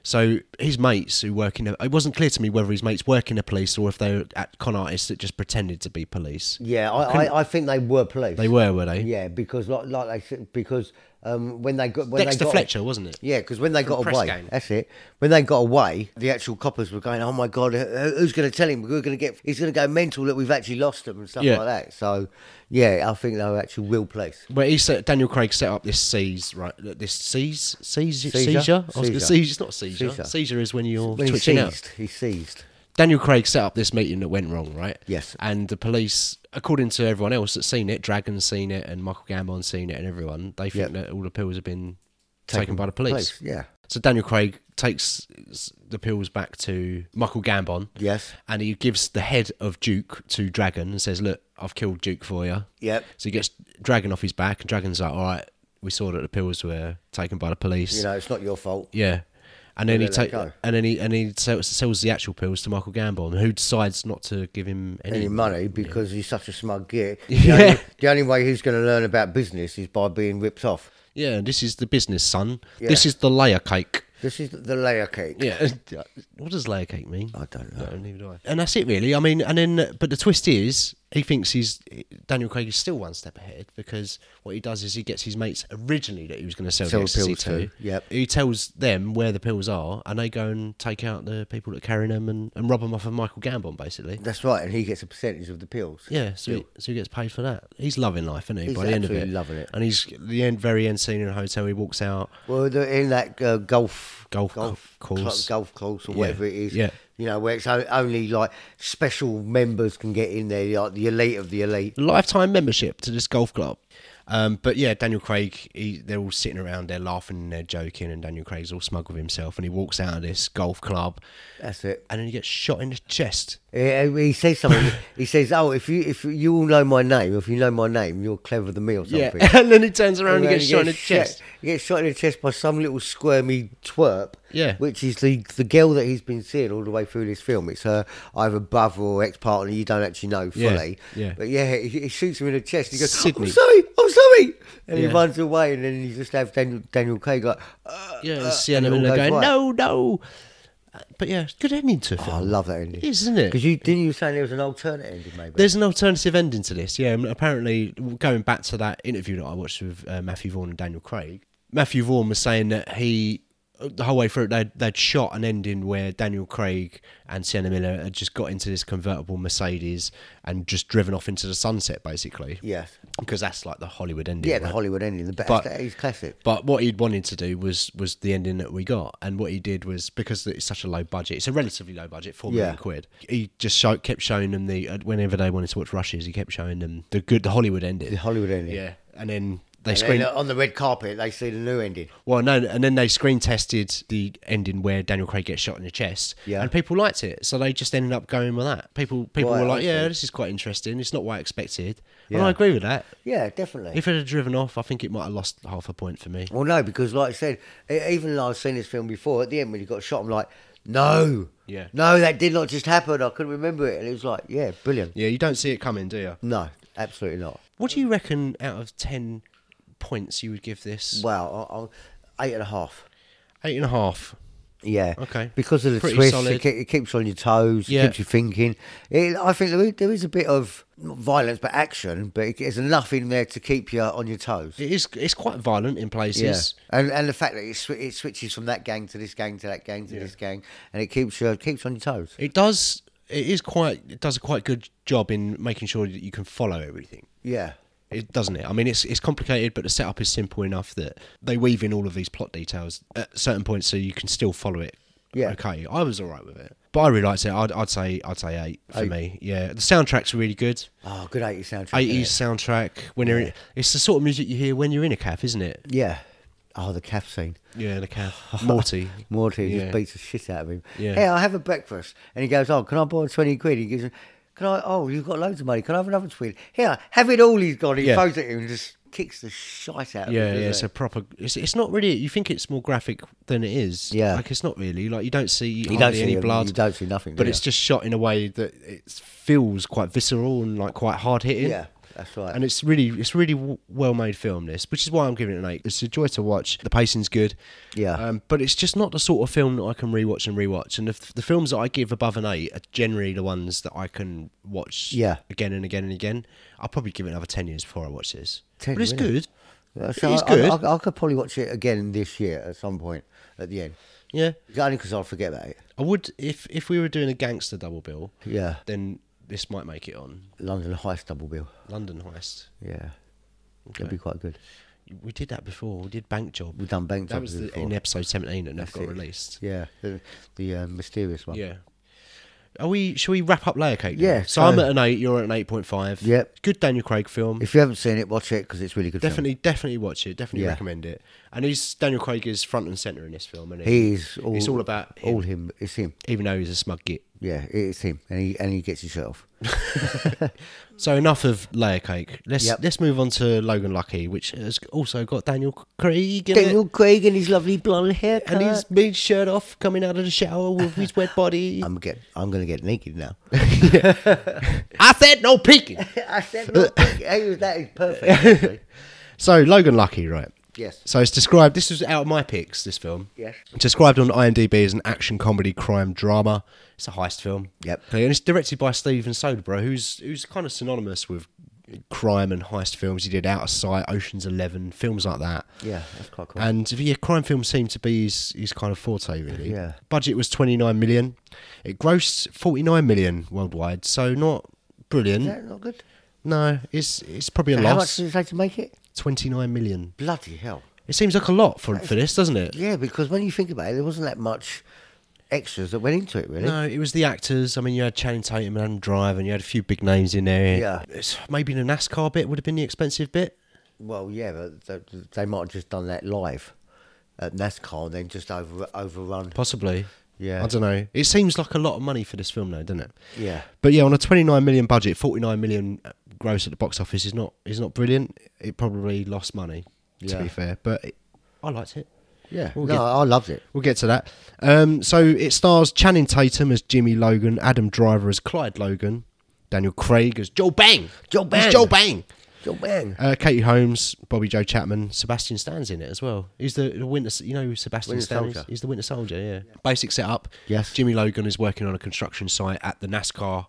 [SPEAKER 1] So his mates who work in the, it wasn't clear to me whether his mates work in the police or if they were at con artists that just pretended to be police.
[SPEAKER 3] Yeah, I, I, I think they were police.
[SPEAKER 1] They were, were they?
[SPEAKER 3] Yeah, because like, like they said- because um, when they got when
[SPEAKER 1] Dexter
[SPEAKER 3] they got,
[SPEAKER 1] Fletcher, wasn't it?
[SPEAKER 3] Yeah, because when they got
[SPEAKER 1] press
[SPEAKER 3] away,
[SPEAKER 1] gang.
[SPEAKER 3] that's it. When they got away, the actual coppers were going, "Oh my god, who- who's going to tell him? We're going to get. He's going to go mental that we've actually lost him and stuff
[SPEAKER 1] Yeah.
[SPEAKER 3] like that." So, yeah, I think they were actually real place.
[SPEAKER 1] Well, he set Daniel Craig set up this seize, right? This seize, seize, seizure.
[SPEAKER 3] Seizure?
[SPEAKER 1] I was gonna-
[SPEAKER 3] Seizure.
[SPEAKER 1] seize- it's not seizure.
[SPEAKER 3] Seizure.
[SPEAKER 1] Seizure, is when you're
[SPEAKER 3] When he
[SPEAKER 1] twitching
[SPEAKER 3] seized,
[SPEAKER 1] out.
[SPEAKER 3] he seized.
[SPEAKER 1] Daniel Craig set up this meeting that went wrong, right?
[SPEAKER 3] Yes.
[SPEAKER 1] And the police, according to everyone else that's seen it, Dragon's seen it, and Michael Gambon's seen it, and everyone, they think
[SPEAKER 3] Yep.
[SPEAKER 1] that all the pills have been taken, by the police.
[SPEAKER 3] Yeah.
[SPEAKER 1] So Daniel Craig takes s- the pills back to Michael Gambon.
[SPEAKER 3] Yes.
[SPEAKER 1] And he gives the head of Duke to Dragon and says, "Look, I've killed Duke for you."
[SPEAKER 3] Yep.
[SPEAKER 1] So he gets Dragon off his back, and Dragon's like, "All right, we saw that the pills were taken by the police."
[SPEAKER 3] You know, it's not your fault.
[SPEAKER 1] Yeah. And then he
[SPEAKER 3] let that
[SPEAKER 1] take,
[SPEAKER 3] go.
[SPEAKER 1] and then he and he sells, sells the actual pills to Michael Gambon, who decides not to give him any.
[SPEAKER 3] Any money because he's such a smug git. The,
[SPEAKER 1] Yeah.
[SPEAKER 3] only, the only way he's going to learn about business is by being ripped off.
[SPEAKER 1] Yeah, this is the business, son.
[SPEAKER 3] Yeah.
[SPEAKER 1] This is the layer cake.
[SPEAKER 3] This is the layer cake.
[SPEAKER 1] Yeah. what does layer cake mean?
[SPEAKER 3] I don't know.
[SPEAKER 1] No, neither do I. And that's it, really. I mean, and then, but the twist is, he thinks he's Daniel Craig is still one step ahead because what he does is he gets his mates originally that he was going to sell,
[SPEAKER 3] Sell
[SPEAKER 1] the ecstasy
[SPEAKER 3] pills to,
[SPEAKER 1] to.
[SPEAKER 3] yep.
[SPEAKER 1] He tells them where the pills are, and they go and take out the people that are carrying them and, and rob them off of Michael Gambon, basically.
[SPEAKER 3] That's right, and he gets a percentage of the pills.
[SPEAKER 1] Yeah, so he, so he gets paid for that. He's loving life, isn't he?
[SPEAKER 3] He's
[SPEAKER 1] by the end of it,
[SPEAKER 3] absolutely loving it.
[SPEAKER 1] And he's the end, very end scene in a hotel. He walks out.
[SPEAKER 3] Well, the, in that uh, golf
[SPEAKER 1] Golf co-
[SPEAKER 3] cl-
[SPEAKER 1] course.
[SPEAKER 3] golf course or
[SPEAKER 1] Yeah,
[SPEAKER 3] whatever it is,
[SPEAKER 1] yeah.
[SPEAKER 3] you know, where it's o- only like special members can get in there, like the elite of the elite.
[SPEAKER 1] lifetime membership to this golf club. Um, but yeah, Daniel Craig, he, they're all sitting around, they're laughing and they're joking, and Daniel Craig's all smug with himself, and he walks out of this golf club,
[SPEAKER 3] That's it.
[SPEAKER 1] and then he gets shot in the chest.
[SPEAKER 3] Yeah, he says something. he says, "Oh, if you if you all know my name, if you know my name, you're clever than me or something."
[SPEAKER 1] Yeah, and then he turns around and, he
[SPEAKER 3] And then
[SPEAKER 1] gets shot in the
[SPEAKER 3] shot-
[SPEAKER 1] chest.
[SPEAKER 3] He gets shot in the chest by some little squirmy twerp.
[SPEAKER 1] Yeah.
[SPEAKER 3] Which is the the girl that he's been seeing all the way through this film. It's her either brother or ex partner. You don't actually know
[SPEAKER 1] Yeah,
[SPEAKER 3] fully.
[SPEAKER 1] yeah.
[SPEAKER 3] But yeah, he, he shoots him in the chest. He goes, "Oh,
[SPEAKER 1] Sydney.
[SPEAKER 3] "I'm sorry, I'm sorry," and
[SPEAKER 1] Yeah.
[SPEAKER 3] he runs away. And then you just have Daniel Daniel Craig like, uh,
[SPEAKER 1] Yeah,
[SPEAKER 3] uh,
[SPEAKER 1] and Sienna
[SPEAKER 3] and it
[SPEAKER 1] Miller
[SPEAKER 3] all goes
[SPEAKER 1] going,
[SPEAKER 3] right.
[SPEAKER 1] no, no. Uh, But yeah, it's a good ending to a
[SPEAKER 3] Oh, I
[SPEAKER 1] film.
[SPEAKER 3] love that ending.
[SPEAKER 1] It is, isn't it?
[SPEAKER 3] Because you didn't you say there was an alternate ending maybe?
[SPEAKER 1] There's an alternative ending to this, yeah. And apparently, going back to that interview that I watched with uh, Matthew Vaughan and Daniel Craig, Matthew Vaughan was saying that he, uh, the whole way through, it, they'd, they'd shot an ending where Daniel Craig and Sienna Miller had just got into this convertible Mercedes and just driven off into the sunset, basically.
[SPEAKER 3] yes.
[SPEAKER 1] Because that's like the Hollywood ending.
[SPEAKER 3] Yeah, the
[SPEAKER 1] right?
[SPEAKER 3] Hollywood ending, the best.
[SPEAKER 1] But-
[SPEAKER 3] that is classic.
[SPEAKER 1] But what he'd wanted to do was was the ending that we got, and what he did was because it's such a low budget, it's a relatively low budget, four million
[SPEAKER 3] Yeah.
[SPEAKER 1] quid. He just show, kept showing them the uh, whenever they wanted to watch rushes, he kept showing them the good the Hollywood ending.
[SPEAKER 3] The Hollywood ending.
[SPEAKER 1] yeah, and then they
[SPEAKER 3] And
[SPEAKER 1] screen
[SPEAKER 3] then on the red carpet, they see the new ending.
[SPEAKER 1] well no, and then they screen tested the ending where Daniel Craig gets shot in the chest,
[SPEAKER 3] Yeah.
[SPEAKER 1] and people liked it, so they just ended up going with that. People people
[SPEAKER 3] Right,
[SPEAKER 1] were like,
[SPEAKER 3] I
[SPEAKER 1] yeah,
[SPEAKER 3] see.
[SPEAKER 1] this is quite interesting. It's not what I expected, and
[SPEAKER 3] Yeah.
[SPEAKER 1] I agree with that.
[SPEAKER 3] Yeah, definitely.
[SPEAKER 1] If it had driven off, I think it might have lost half a point for me.
[SPEAKER 3] well, no, because like I said, e- even though I've seen this film before, at the end when he got shot, I'm like, no,
[SPEAKER 1] Yeah.
[SPEAKER 3] no, that did not just happen. I couldn't remember it, and it was like, yeah, brilliant.
[SPEAKER 1] Yeah, you don't see it coming, do you?
[SPEAKER 3] No, absolutely not.
[SPEAKER 1] What do you reckon out of 10 points you would give this?
[SPEAKER 3] Wow, I, I, eight and a half.
[SPEAKER 1] Eight and a half.
[SPEAKER 3] Yeah.
[SPEAKER 1] Okay.
[SPEAKER 3] Because of the
[SPEAKER 1] Pretty
[SPEAKER 3] twist,
[SPEAKER 1] solid.
[SPEAKER 3] it, ke- it keeps you on your toes.
[SPEAKER 1] Yeah.
[SPEAKER 3] It keeps you thinking. It, I think there is, there is a bit of not violence, but action, but it, there's enough in there to keep you on your toes.
[SPEAKER 1] It is, it's quite violent in places.
[SPEAKER 3] and and the fact that it, sw- it switches from that gang to this gang to that gang to this gang, and it keeps you keeps you on your toes.
[SPEAKER 1] It does, it is quite, it does a quite good job in making sure that you can follow everything.
[SPEAKER 3] Yeah,
[SPEAKER 1] It doesn't it? I mean, it's it's complicated, but the setup is simple enough that they weave in all of these plot details at certain points, so you can still follow it.
[SPEAKER 3] Yeah.
[SPEAKER 1] Okay, I was all right with it, but I really liked it. I'd, I'd say I'd say eight for me. Yeah, the soundtrack's really good.
[SPEAKER 3] oh, good eighties soundtrack. isn't
[SPEAKER 1] Eighties soundtrack. When you're in, it's the sort of music you hear when you're in a caf, isn't it?
[SPEAKER 3] it? Yeah. Oh, the calf scene.
[SPEAKER 1] Yeah, the calf. Morty.
[SPEAKER 3] Morty
[SPEAKER 1] Yeah.
[SPEAKER 3] just beats the shit out of him.
[SPEAKER 1] Yeah.
[SPEAKER 3] Hey, I have a breakfast, and he goes, "Oh, can I borrow twenty quid?" He gives him, "Can I? Oh, you've got loads of money. Can I have another twenty? Here, have it all." He's got. He
[SPEAKER 1] Yeah.
[SPEAKER 3] throws it at him and just kicks the shit out
[SPEAKER 1] Yeah,
[SPEAKER 3] of him.
[SPEAKER 1] yeah,
[SPEAKER 3] doesn't
[SPEAKER 1] it's
[SPEAKER 3] he?
[SPEAKER 1] a proper. It's, it's not really. You think it's more graphic than it is.
[SPEAKER 3] Yeah.
[SPEAKER 1] like it's not really. Like you don't see hardly
[SPEAKER 3] you don't see
[SPEAKER 1] any
[SPEAKER 3] him,
[SPEAKER 1] blood.
[SPEAKER 3] You don't see nothing.
[SPEAKER 1] but
[SPEAKER 3] do
[SPEAKER 1] it's
[SPEAKER 3] you?
[SPEAKER 1] just shot in a way that it feels quite visceral and like quite hard hitting.
[SPEAKER 3] yeah, that's right.
[SPEAKER 1] And it's really, it's really w- well made film. This, which is why I'm giving it an eight. It's a joy to watch. The pacing's good.
[SPEAKER 3] Yeah.
[SPEAKER 1] Um, but it's just not the sort of film that I can rewatch and rewatch. And if the films that I give above an eight are generally the ones that I can watch.
[SPEAKER 3] Yeah.
[SPEAKER 1] Again and again and again. I'll probably give it another ten years before I watch this.
[SPEAKER 3] 10,
[SPEAKER 1] but it's
[SPEAKER 3] really?
[SPEAKER 1] good.
[SPEAKER 3] Uh,
[SPEAKER 1] it
[SPEAKER 3] so
[SPEAKER 1] is
[SPEAKER 3] I, I-
[SPEAKER 1] good.
[SPEAKER 3] I, I could probably watch it again this year at some point at the end.
[SPEAKER 1] yeah.
[SPEAKER 3] Only because I'll forget about it.
[SPEAKER 1] I would if if we were doing a gangster double bill.
[SPEAKER 3] Yeah.
[SPEAKER 1] Then this might make it on
[SPEAKER 3] London Heist double bill.
[SPEAKER 1] London heist.
[SPEAKER 3] Yeah. That'd be quite good.
[SPEAKER 1] We did that before. We did bank job.
[SPEAKER 3] We've done bank
[SPEAKER 1] That
[SPEAKER 3] jobs
[SPEAKER 1] was the,
[SPEAKER 3] before.
[SPEAKER 1] in episode seventeen that never
[SPEAKER 3] That's
[SPEAKER 1] got
[SPEAKER 3] it.
[SPEAKER 1] released.
[SPEAKER 3] Yeah. The, the uh, mysterious one.
[SPEAKER 1] Yeah. Are we? Shall we wrap up layer cake? now?
[SPEAKER 3] Yeah,
[SPEAKER 1] So I'm
[SPEAKER 3] so-
[SPEAKER 1] at an eight. You're at an eight point five.
[SPEAKER 3] Yep.
[SPEAKER 1] Good Daniel Craig film.
[SPEAKER 3] If you haven't seen it, watch it because it's really good. film.
[SPEAKER 1] definitely, definitely watch it. Definitely
[SPEAKER 3] Yeah.
[SPEAKER 1] recommend it. And he's Daniel Craig is front and center in this film, and
[SPEAKER 3] He is all,
[SPEAKER 1] It's all about him.
[SPEAKER 3] all him. It's him.
[SPEAKER 1] even though he's a smug git.
[SPEAKER 3] Yeah, it's him. And he and he gets his shirt off.
[SPEAKER 1] So enough of layer cake. Let's
[SPEAKER 3] Yep.
[SPEAKER 1] let's move on to Logan Lucky, which has also got Daniel Craig in it.
[SPEAKER 3] Daniel Craig and his lovely blonde hair.
[SPEAKER 1] and he's big shirt off coming out of the shower with his wet body.
[SPEAKER 3] I'm get I'm gonna get naked now.
[SPEAKER 1] I said no peeking.
[SPEAKER 3] I said look, hey, that is perfect. actually.
[SPEAKER 1] so Logan Lucky, right?
[SPEAKER 3] Yes.
[SPEAKER 1] So it's described. This is out of my picks. This film.
[SPEAKER 3] Yes.
[SPEAKER 1] Described on IMDb as an action comedy crime drama. It's a heist film.
[SPEAKER 3] Yep.
[SPEAKER 1] Okay, and it's directed by Steven Soderbergh, who's who's kind of synonymous with crime and heist films. He did Out of Sight, Ocean's Eleven, films like that.
[SPEAKER 3] Yeah, that's quite cool.
[SPEAKER 1] And yeah, crime films seem to be his, his kind of forte, really.
[SPEAKER 3] Yeah.
[SPEAKER 1] Budget was 29 million. It grossed 49 million worldwide, so not brilliant.
[SPEAKER 3] Is that not good?
[SPEAKER 1] No, it's it's probably a
[SPEAKER 3] So how much
[SPEAKER 1] loss.
[SPEAKER 3] did it take to make it?
[SPEAKER 1] 29 million.
[SPEAKER 3] Bloody hell.
[SPEAKER 1] It seems like a lot for, for this, doesn't it?
[SPEAKER 3] Yeah, because when you think about it, there wasn't that much extras that went into it, really.
[SPEAKER 1] No, it was the actors. I mean, you had Channing Tatum and Adam Driver, and you had a few big names in there.
[SPEAKER 3] Yeah.
[SPEAKER 1] It's- maybe the NASCAR bit would have been the expensive bit.
[SPEAKER 3] Well, yeah, but they, they might have just done that live at NASCAR and then just over overrun.
[SPEAKER 1] Possibly.
[SPEAKER 3] Yeah.
[SPEAKER 1] I don't know. It seems like a lot of money for this film, though, doesn't it?
[SPEAKER 3] Yeah.
[SPEAKER 1] But yeah, on a 29 million budget, 49 million gross at the box office is not is not brilliant. It probably lost money, to
[SPEAKER 3] Yeah.
[SPEAKER 1] be fair. But it, I liked it.
[SPEAKER 3] Yeah,
[SPEAKER 1] We'll
[SPEAKER 3] no,
[SPEAKER 1] get-
[SPEAKER 3] I loved it.
[SPEAKER 1] We'll get to that. Um, so it stars Channing Tatum as Jimmy Logan, Adam Driver as Clyde Logan, Daniel Craig as Joe Bang.
[SPEAKER 3] Joe
[SPEAKER 1] He's
[SPEAKER 3] Bang.
[SPEAKER 1] Joe Bang.
[SPEAKER 3] Joe Bang.
[SPEAKER 1] Uh, Katie Holmes, Bobby Joe Chapman, Sebastian Stan's in it as well. He's the, the winter, you know, who Sebastian
[SPEAKER 3] Winter
[SPEAKER 1] Stan. is?
[SPEAKER 3] Soldier.
[SPEAKER 1] He's the Winter Soldier. Yeah. Basic setup.
[SPEAKER 3] Yes.
[SPEAKER 1] Jimmy Logan is working on a construction site at the NASCAR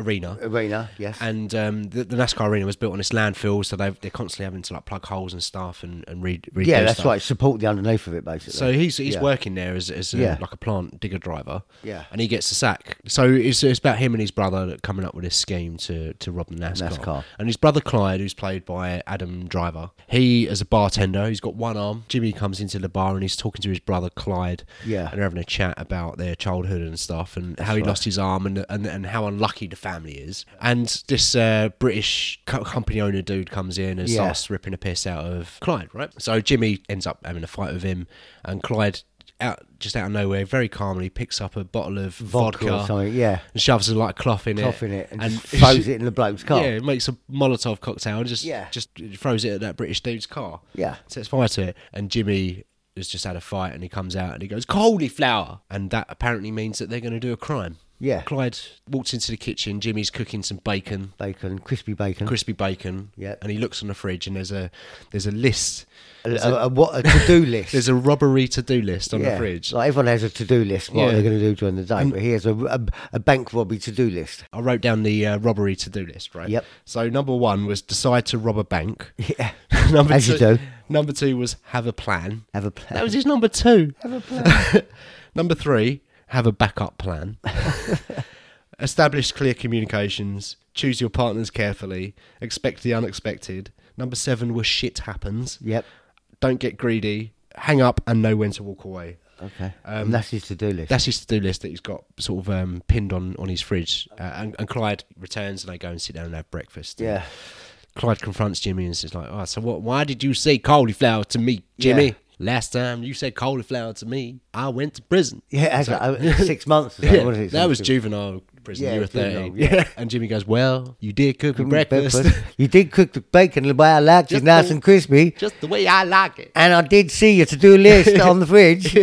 [SPEAKER 1] arena.
[SPEAKER 3] Uh, Arena, yes.
[SPEAKER 1] And um, the, the NASCAR arena was built on this landfill, so they've, they're constantly having to like plug holes and stuff and and read. redo
[SPEAKER 3] yeah, that's
[SPEAKER 1] stuff.
[SPEAKER 3] right. Support the underneath of it, basically.
[SPEAKER 1] So he's he's
[SPEAKER 3] Yeah.
[SPEAKER 1] working there as, as a,
[SPEAKER 3] Yeah.
[SPEAKER 1] like a plant digger driver.
[SPEAKER 3] Yeah.
[SPEAKER 1] And he gets the sack. So it's, it's about him and his brother that coming up with this scheme to, to rob the NASCAR.
[SPEAKER 3] NASCAR.
[SPEAKER 1] And his brother Clyde, who's played by Adam Driver, he is a bartender. He's got one arm. Jimmy comes into the bar and he's talking to his brother Clyde.
[SPEAKER 3] Yeah.
[SPEAKER 1] And they're having a chat about their childhood and stuff and how he lost his arm and, and and how unlucky the family is. And this uh, British co- company owner dude comes in and
[SPEAKER 3] Yeah.
[SPEAKER 1] starts ripping a piss out of Clyde, right? So Jimmy ends up having a fight with him, and Clyde, out just out of nowhere, very calmly picks up a bottle of vodka,
[SPEAKER 3] Vodka or something, yeah.
[SPEAKER 1] and shoves a like cloth in
[SPEAKER 3] Cough
[SPEAKER 1] it,
[SPEAKER 3] in it and, just throws it in the bloke's car.
[SPEAKER 1] Yeah, makes a Molotov cocktail and just
[SPEAKER 3] Yeah.
[SPEAKER 1] just throws it at that British dude's car.
[SPEAKER 3] Yeah.
[SPEAKER 1] sets fire to it, and Jimmy has just had a fight, and he comes out and he goes cauliflower, and that apparently means that they're going to do a crime.
[SPEAKER 3] Yeah.
[SPEAKER 1] Clyde walks into the kitchen. Jimmy's cooking some bacon
[SPEAKER 3] Bacon, crispy bacon.
[SPEAKER 1] crispy bacon.
[SPEAKER 3] Yeah.
[SPEAKER 1] And he looks on the fridge and there's a there's a list.
[SPEAKER 3] a, a- a- what a to-do list.
[SPEAKER 1] There's a robbery to do list on
[SPEAKER 3] yeah.
[SPEAKER 1] the fridge.
[SPEAKER 3] Like everyone has a to-do list, what
[SPEAKER 1] Yeah.
[SPEAKER 3] they're going to do during the day, but he has a, a, a bank robbery to-do list.
[SPEAKER 1] I wrote down the uh, robbery to do list, right?
[SPEAKER 3] Yep.
[SPEAKER 1] So number one was decide to rob a bank.
[SPEAKER 3] Yeah.
[SPEAKER 1] number
[SPEAKER 3] As
[SPEAKER 1] two,
[SPEAKER 3] you do.
[SPEAKER 1] Number two was have a plan.
[SPEAKER 3] Have a
[SPEAKER 1] That
[SPEAKER 3] plan.
[SPEAKER 1] was his number two. Have a plan. number three, have a backup plan. Establish clear communications. Choose your partners carefully. Expect the unexpected. Number seven was shit happens.
[SPEAKER 3] Yep.
[SPEAKER 1] Don't get greedy. Hang up and know when to walk away.
[SPEAKER 3] Okay. and that's his to-do list.
[SPEAKER 1] Um, That's his to-do list that he's got sort of um, pinned on, on his fridge. Uh, and, and Clyde returns and they go and sit down and have breakfast.
[SPEAKER 3] Yeah.
[SPEAKER 1] Clyde confronts Jimmy and says like, "Oh, so what? Why did you say cauliflower to me, Jimmy?
[SPEAKER 3] Yeah.
[SPEAKER 1] Last time you said cauliflower to me, I went to prison."
[SPEAKER 3] Yeah, that's like, uh, six months. Or something,
[SPEAKER 1] Yeah,
[SPEAKER 3] wasn't it?
[SPEAKER 1] that was
[SPEAKER 3] Something-
[SPEAKER 1] juvenile prison.
[SPEAKER 3] Yeah,
[SPEAKER 1] you were
[SPEAKER 3] juvenile,
[SPEAKER 1] thirteen. Yeah. And Jimmy goes, "Well, you did cook me breakfast,
[SPEAKER 3] You did cook the bacon the way I liked it,
[SPEAKER 1] Just
[SPEAKER 3] nice
[SPEAKER 1] the-
[SPEAKER 3] and crispy.
[SPEAKER 1] just the way I like it."
[SPEAKER 3] And I did see your to-do list on the fridge.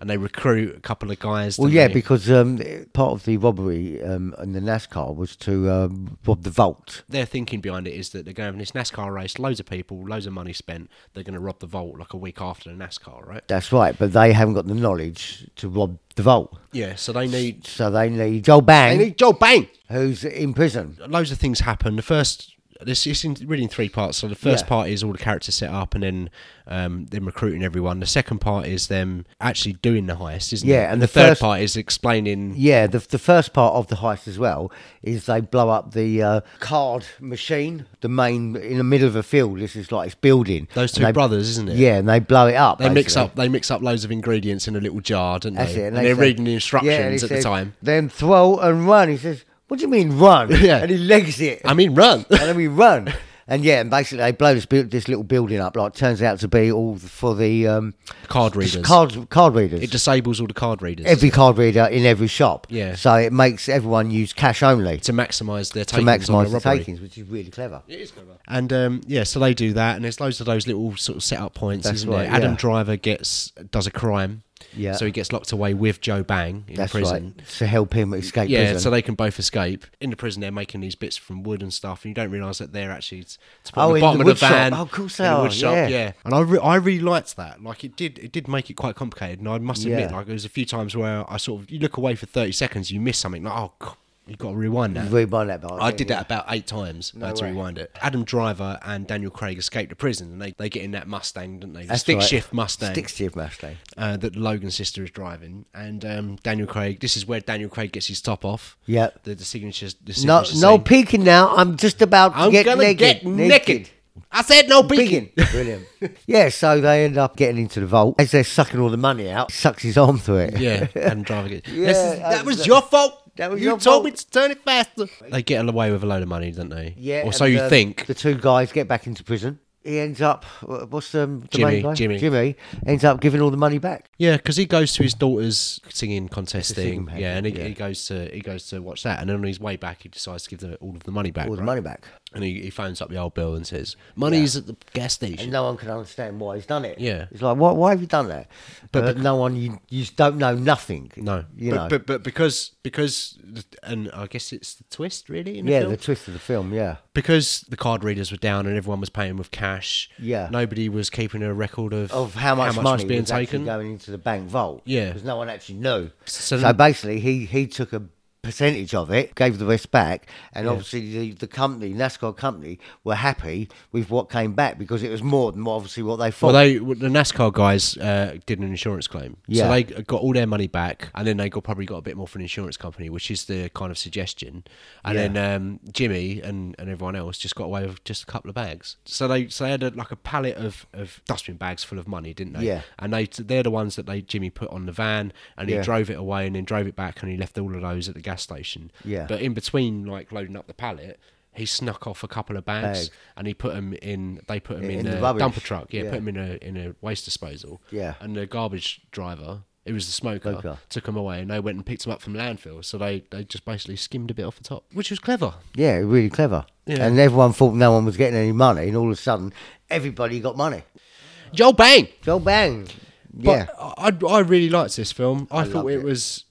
[SPEAKER 1] And they recruit a couple of guys.
[SPEAKER 3] Well,
[SPEAKER 1] don't
[SPEAKER 3] yeah,
[SPEAKER 1] they?
[SPEAKER 3] because um, part of the robbery um, in the NASCAR was to um, rob the vault.
[SPEAKER 1] their thinking behind it is that they're going to have this NASCAR race, loads of people, loads of money spent. They're going to rob the vault like a week after the NASCAR, right?
[SPEAKER 3] That's right, but they haven't got the knowledge to rob the vault.
[SPEAKER 1] Yeah, so they need
[SPEAKER 3] So they need Joe
[SPEAKER 1] they
[SPEAKER 3] Bang,
[SPEAKER 1] need Joe Bang.
[SPEAKER 3] who's in prison.
[SPEAKER 1] Loads of things happen. The first. This is in, really in three parts. So the first
[SPEAKER 3] Yeah.
[SPEAKER 1] part is all the characters set up, and then um, them recruiting everyone. The second part is them actually doing the heist, isn't it?
[SPEAKER 3] Yeah, and
[SPEAKER 1] the,
[SPEAKER 3] the
[SPEAKER 1] third
[SPEAKER 3] first-
[SPEAKER 1] part is explaining.
[SPEAKER 3] Yeah, the, the first part of the heist as well is they blow up the uh, card machine, the main in the middle of a field. This is like it's building.
[SPEAKER 1] Those
[SPEAKER 3] And
[SPEAKER 1] two
[SPEAKER 3] they-
[SPEAKER 1] brothers, isn't it?
[SPEAKER 3] Yeah, and they blow it up.
[SPEAKER 1] They mix
[SPEAKER 3] basically.
[SPEAKER 1] up. They mix up loads of ingredients in a little jar, don't
[SPEAKER 3] That's
[SPEAKER 1] they?
[SPEAKER 3] it.
[SPEAKER 1] And,
[SPEAKER 3] they
[SPEAKER 1] they're
[SPEAKER 3] say-
[SPEAKER 1] reading the
[SPEAKER 3] Yeah, and he
[SPEAKER 1] instructions at the
[SPEAKER 3] says,
[SPEAKER 1] time.
[SPEAKER 3] Then throw and run. He says, "What do you mean run?"
[SPEAKER 1] Yeah.
[SPEAKER 3] and he legs it.
[SPEAKER 1] I mean, run.
[SPEAKER 3] and then we run. And yeah, and basically they blow this, bu- this little building up. Like turns out to be all for the um,
[SPEAKER 1] Card
[SPEAKER 3] just
[SPEAKER 1] readers.
[SPEAKER 3] Card card readers.
[SPEAKER 1] It disables all the card readers.
[SPEAKER 3] every card reader in every shop.
[SPEAKER 1] Yeah.
[SPEAKER 3] So it makes everyone use cash only to,
[SPEAKER 1] to maximise their takings on
[SPEAKER 3] maximise
[SPEAKER 1] the
[SPEAKER 3] the
[SPEAKER 1] robbery.
[SPEAKER 3] takings, which is really clever.
[SPEAKER 1] And um, yeah, so they do that, and there's loads of those little sort of set up points,
[SPEAKER 3] That's
[SPEAKER 1] isn't
[SPEAKER 3] right,
[SPEAKER 1] there? Adam
[SPEAKER 3] yeah.
[SPEAKER 1] Driver gets does a crime.
[SPEAKER 3] Yeah.
[SPEAKER 1] So he gets locked away with Joe Bang in
[SPEAKER 3] That's
[SPEAKER 1] prison.
[SPEAKER 3] right. To help him escape
[SPEAKER 1] Yeah,
[SPEAKER 3] prison.
[SPEAKER 1] so they can both escape. In the prison, they're making these bits from wood and stuff, and you don't realise that they're actually t- to put
[SPEAKER 3] Oh,
[SPEAKER 1] on the
[SPEAKER 3] in
[SPEAKER 1] bottom
[SPEAKER 3] the
[SPEAKER 1] of the
[SPEAKER 3] wood shop.
[SPEAKER 1] van.
[SPEAKER 3] Oh, of course
[SPEAKER 1] in
[SPEAKER 3] they
[SPEAKER 1] the
[SPEAKER 3] are,
[SPEAKER 1] wood shop,
[SPEAKER 3] yeah.
[SPEAKER 1] yeah. And I, re- I really liked that. Like it did, it did make it quite complicated. And I must admit,
[SPEAKER 3] Yeah.
[SPEAKER 1] like there was a few times where I sort of you look away for thirty seconds, you miss something. Like oh, c- you got to rewind that.
[SPEAKER 3] Rewind that part,
[SPEAKER 1] I
[SPEAKER 3] yeah,
[SPEAKER 1] did
[SPEAKER 3] yeah.
[SPEAKER 1] that about eight times. I had to
[SPEAKER 3] way.
[SPEAKER 1] rewind it. Adam Driver and Daniel Craig escape the prison, and they, they get in that Mustang, don't they? The
[SPEAKER 3] That's
[SPEAKER 1] stick
[SPEAKER 3] right.
[SPEAKER 1] shift Mustang
[SPEAKER 3] Stick shift Mustang.
[SPEAKER 1] uh, that Logan's sister is driving, and um, Daniel Craig. This is where Daniel Craig gets his top off.
[SPEAKER 3] Yep.
[SPEAKER 1] The, the signatures. The
[SPEAKER 3] No,
[SPEAKER 1] signature
[SPEAKER 3] no
[SPEAKER 1] scene.
[SPEAKER 3] peeking now. I'm just about to
[SPEAKER 1] I'm
[SPEAKER 3] get
[SPEAKER 1] gonna
[SPEAKER 3] naked.
[SPEAKER 1] get naked. I said no peeking.
[SPEAKER 3] Brilliant. yeah, so they end up getting into the vault. As they're sucking all the money out, sucks his arm through it.
[SPEAKER 1] yeah, Adam Driver. Gets,
[SPEAKER 3] Yeah,
[SPEAKER 1] This is- that
[SPEAKER 3] Adam
[SPEAKER 1] was
[SPEAKER 3] Driver.
[SPEAKER 1] your fault.
[SPEAKER 3] That was
[SPEAKER 1] you
[SPEAKER 3] your
[SPEAKER 1] told
[SPEAKER 3] fault.
[SPEAKER 1] me to turn it faster. They get away with a load of money, don't they?
[SPEAKER 3] Yeah.
[SPEAKER 1] Or so
[SPEAKER 3] and uh,
[SPEAKER 1] you
[SPEAKER 3] the-
[SPEAKER 1] think.
[SPEAKER 3] The two guys get back into prison. He ends up, wh- what's the, the
[SPEAKER 1] Jimmy,
[SPEAKER 3] main guy?
[SPEAKER 1] Jimmy.
[SPEAKER 3] Jimmy ends up giving all the money back.
[SPEAKER 1] Yeah, because he goes to his daughter's singing contest
[SPEAKER 3] singing
[SPEAKER 1] thing.
[SPEAKER 3] pageant,
[SPEAKER 1] yeah, and he,
[SPEAKER 3] yeah.
[SPEAKER 1] he goes to he goes to watch that, and then on his way back, he decides to give the, all of the money back.
[SPEAKER 3] All the
[SPEAKER 1] right?
[SPEAKER 3] money back.
[SPEAKER 1] and he, he phones up the old bill and says, "Money's at the gas
[SPEAKER 3] And
[SPEAKER 1] station."
[SPEAKER 3] no one can understand why he's done it.
[SPEAKER 1] Yeah.
[SPEAKER 3] It's like, why, why have you done that?
[SPEAKER 1] But
[SPEAKER 3] But,
[SPEAKER 1] bec-
[SPEAKER 3] no one, you, you just don't know nothing.
[SPEAKER 1] No,
[SPEAKER 3] You
[SPEAKER 1] but,
[SPEAKER 3] know.
[SPEAKER 1] but but because because and I guess it's the twist really. In the
[SPEAKER 3] yeah,
[SPEAKER 1] film?
[SPEAKER 3] the twist of the film, yeah.
[SPEAKER 1] because the card readers were down and everyone was paying with cash.
[SPEAKER 3] Yeah.
[SPEAKER 1] nobody was keeping a record of
[SPEAKER 3] of how much,
[SPEAKER 1] was
[SPEAKER 3] money
[SPEAKER 1] being
[SPEAKER 3] actually
[SPEAKER 1] taken.
[SPEAKER 3] going into the bank vault.
[SPEAKER 1] Yeah.
[SPEAKER 3] because no one actually knew.
[SPEAKER 1] So
[SPEAKER 3] So,
[SPEAKER 1] then-
[SPEAKER 3] basically, he he took a percentage of it, gave the rest back, and obviously the, the company, NASCAR company, were happy with what came back because it was more than what- obviously what they
[SPEAKER 1] Well,
[SPEAKER 3] thought.
[SPEAKER 1] they the NASCAR guys uh, did an insurance claim, so
[SPEAKER 3] Yeah.
[SPEAKER 1] they got all their money back, and then they got probably got a bit more from an insurance company, which is the kind of suggestion. And
[SPEAKER 3] Yeah.
[SPEAKER 1] then um, Jimmy and, and everyone else just got away with just a couple of bags. So they so they had a, like a pallet of, of dustbin bags full of money, didn't they?
[SPEAKER 3] Yeah.
[SPEAKER 1] And they they're the ones that they Jimmy put on the van, and he
[SPEAKER 3] Yeah.
[SPEAKER 1] drove it away, and then drove it back, and he left all of those at the gas station.
[SPEAKER 3] Yeah.
[SPEAKER 1] But in between, like loading up the pallet. He snuck off a couple of bags,
[SPEAKER 3] Bags.
[SPEAKER 1] and he put them in. They put them in,
[SPEAKER 3] In the
[SPEAKER 1] a
[SPEAKER 3] rubbish.
[SPEAKER 1] dumper truck. Yeah,
[SPEAKER 3] Yeah.
[SPEAKER 1] put 'em in a in a waste disposal.
[SPEAKER 3] Yeah.
[SPEAKER 1] And the garbage driver, it was the smoker, took 'em
[SPEAKER 3] Smoker.
[SPEAKER 1] took them away, and they went and picked them up from landfill. So they they just basically skimmed a bit off the top, which was clever.
[SPEAKER 3] yeah, really clever.
[SPEAKER 1] Yeah.
[SPEAKER 3] And everyone thought no one was getting any money, and all of a sudden, everybody got money.
[SPEAKER 1] Joe Bang.
[SPEAKER 3] Joe Bang. Yeah.
[SPEAKER 1] But I I I really liked this film. I, thought
[SPEAKER 3] loved
[SPEAKER 1] it,
[SPEAKER 3] it.
[SPEAKER 1] was.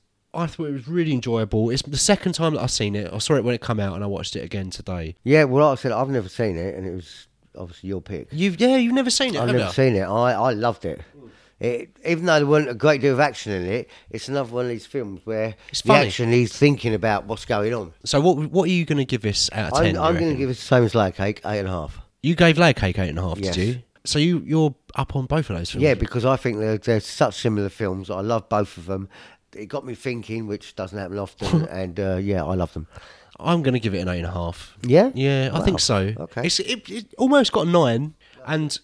[SPEAKER 1] I thought it was really enjoyable. It's the second time that I've seen it. I saw it when it come out, and I watched it again today.
[SPEAKER 3] yeah, well, like I said, I've never seen it, and it was obviously your pick.
[SPEAKER 1] You've yeah, you've never seen it,
[SPEAKER 3] I've
[SPEAKER 1] have
[SPEAKER 3] never
[SPEAKER 1] you?
[SPEAKER 3] seen it. I, I loved it. it. Even though there weren't a great deal of action in it, it's another one of these films where
[SPEAKER 1] It's
[SPEAKER 3] the
[SPEAKER 1] funny.
[SPEAKER 3] action is thinking about what's going on.
[SPEAKER 1] so what what are you going to give this out of
[SPEAKER 3] I'm,
[SPEAKER 1] ten? you
[SPEAKER 3] I'm going to
[SPEAKER 1] reckon?
[SPEAKER 3] give it the same as Layer Cake, eight and a half.
[SPEAKER 1] You gave Layer Cake eight and a half,
[SPEAKER 3] Yes.
[SPEAKER 1] did you? So you you're up on both of those films.
[SPEAKER 3] Yeah, because I think they're, they're such similar films. I love both of them. It got me thinking, which doesn't happen often. and uh, yeah, I love them.
[SPEAKER 1] I'm going to give it an eight and a half.
[SPEAKER 3] Yeah?
[SPEAKER 1] Yeah, I think so.
[SPEAKER 3] Okay.
[SPEAKER 1] It's, it, it almost got a nine. And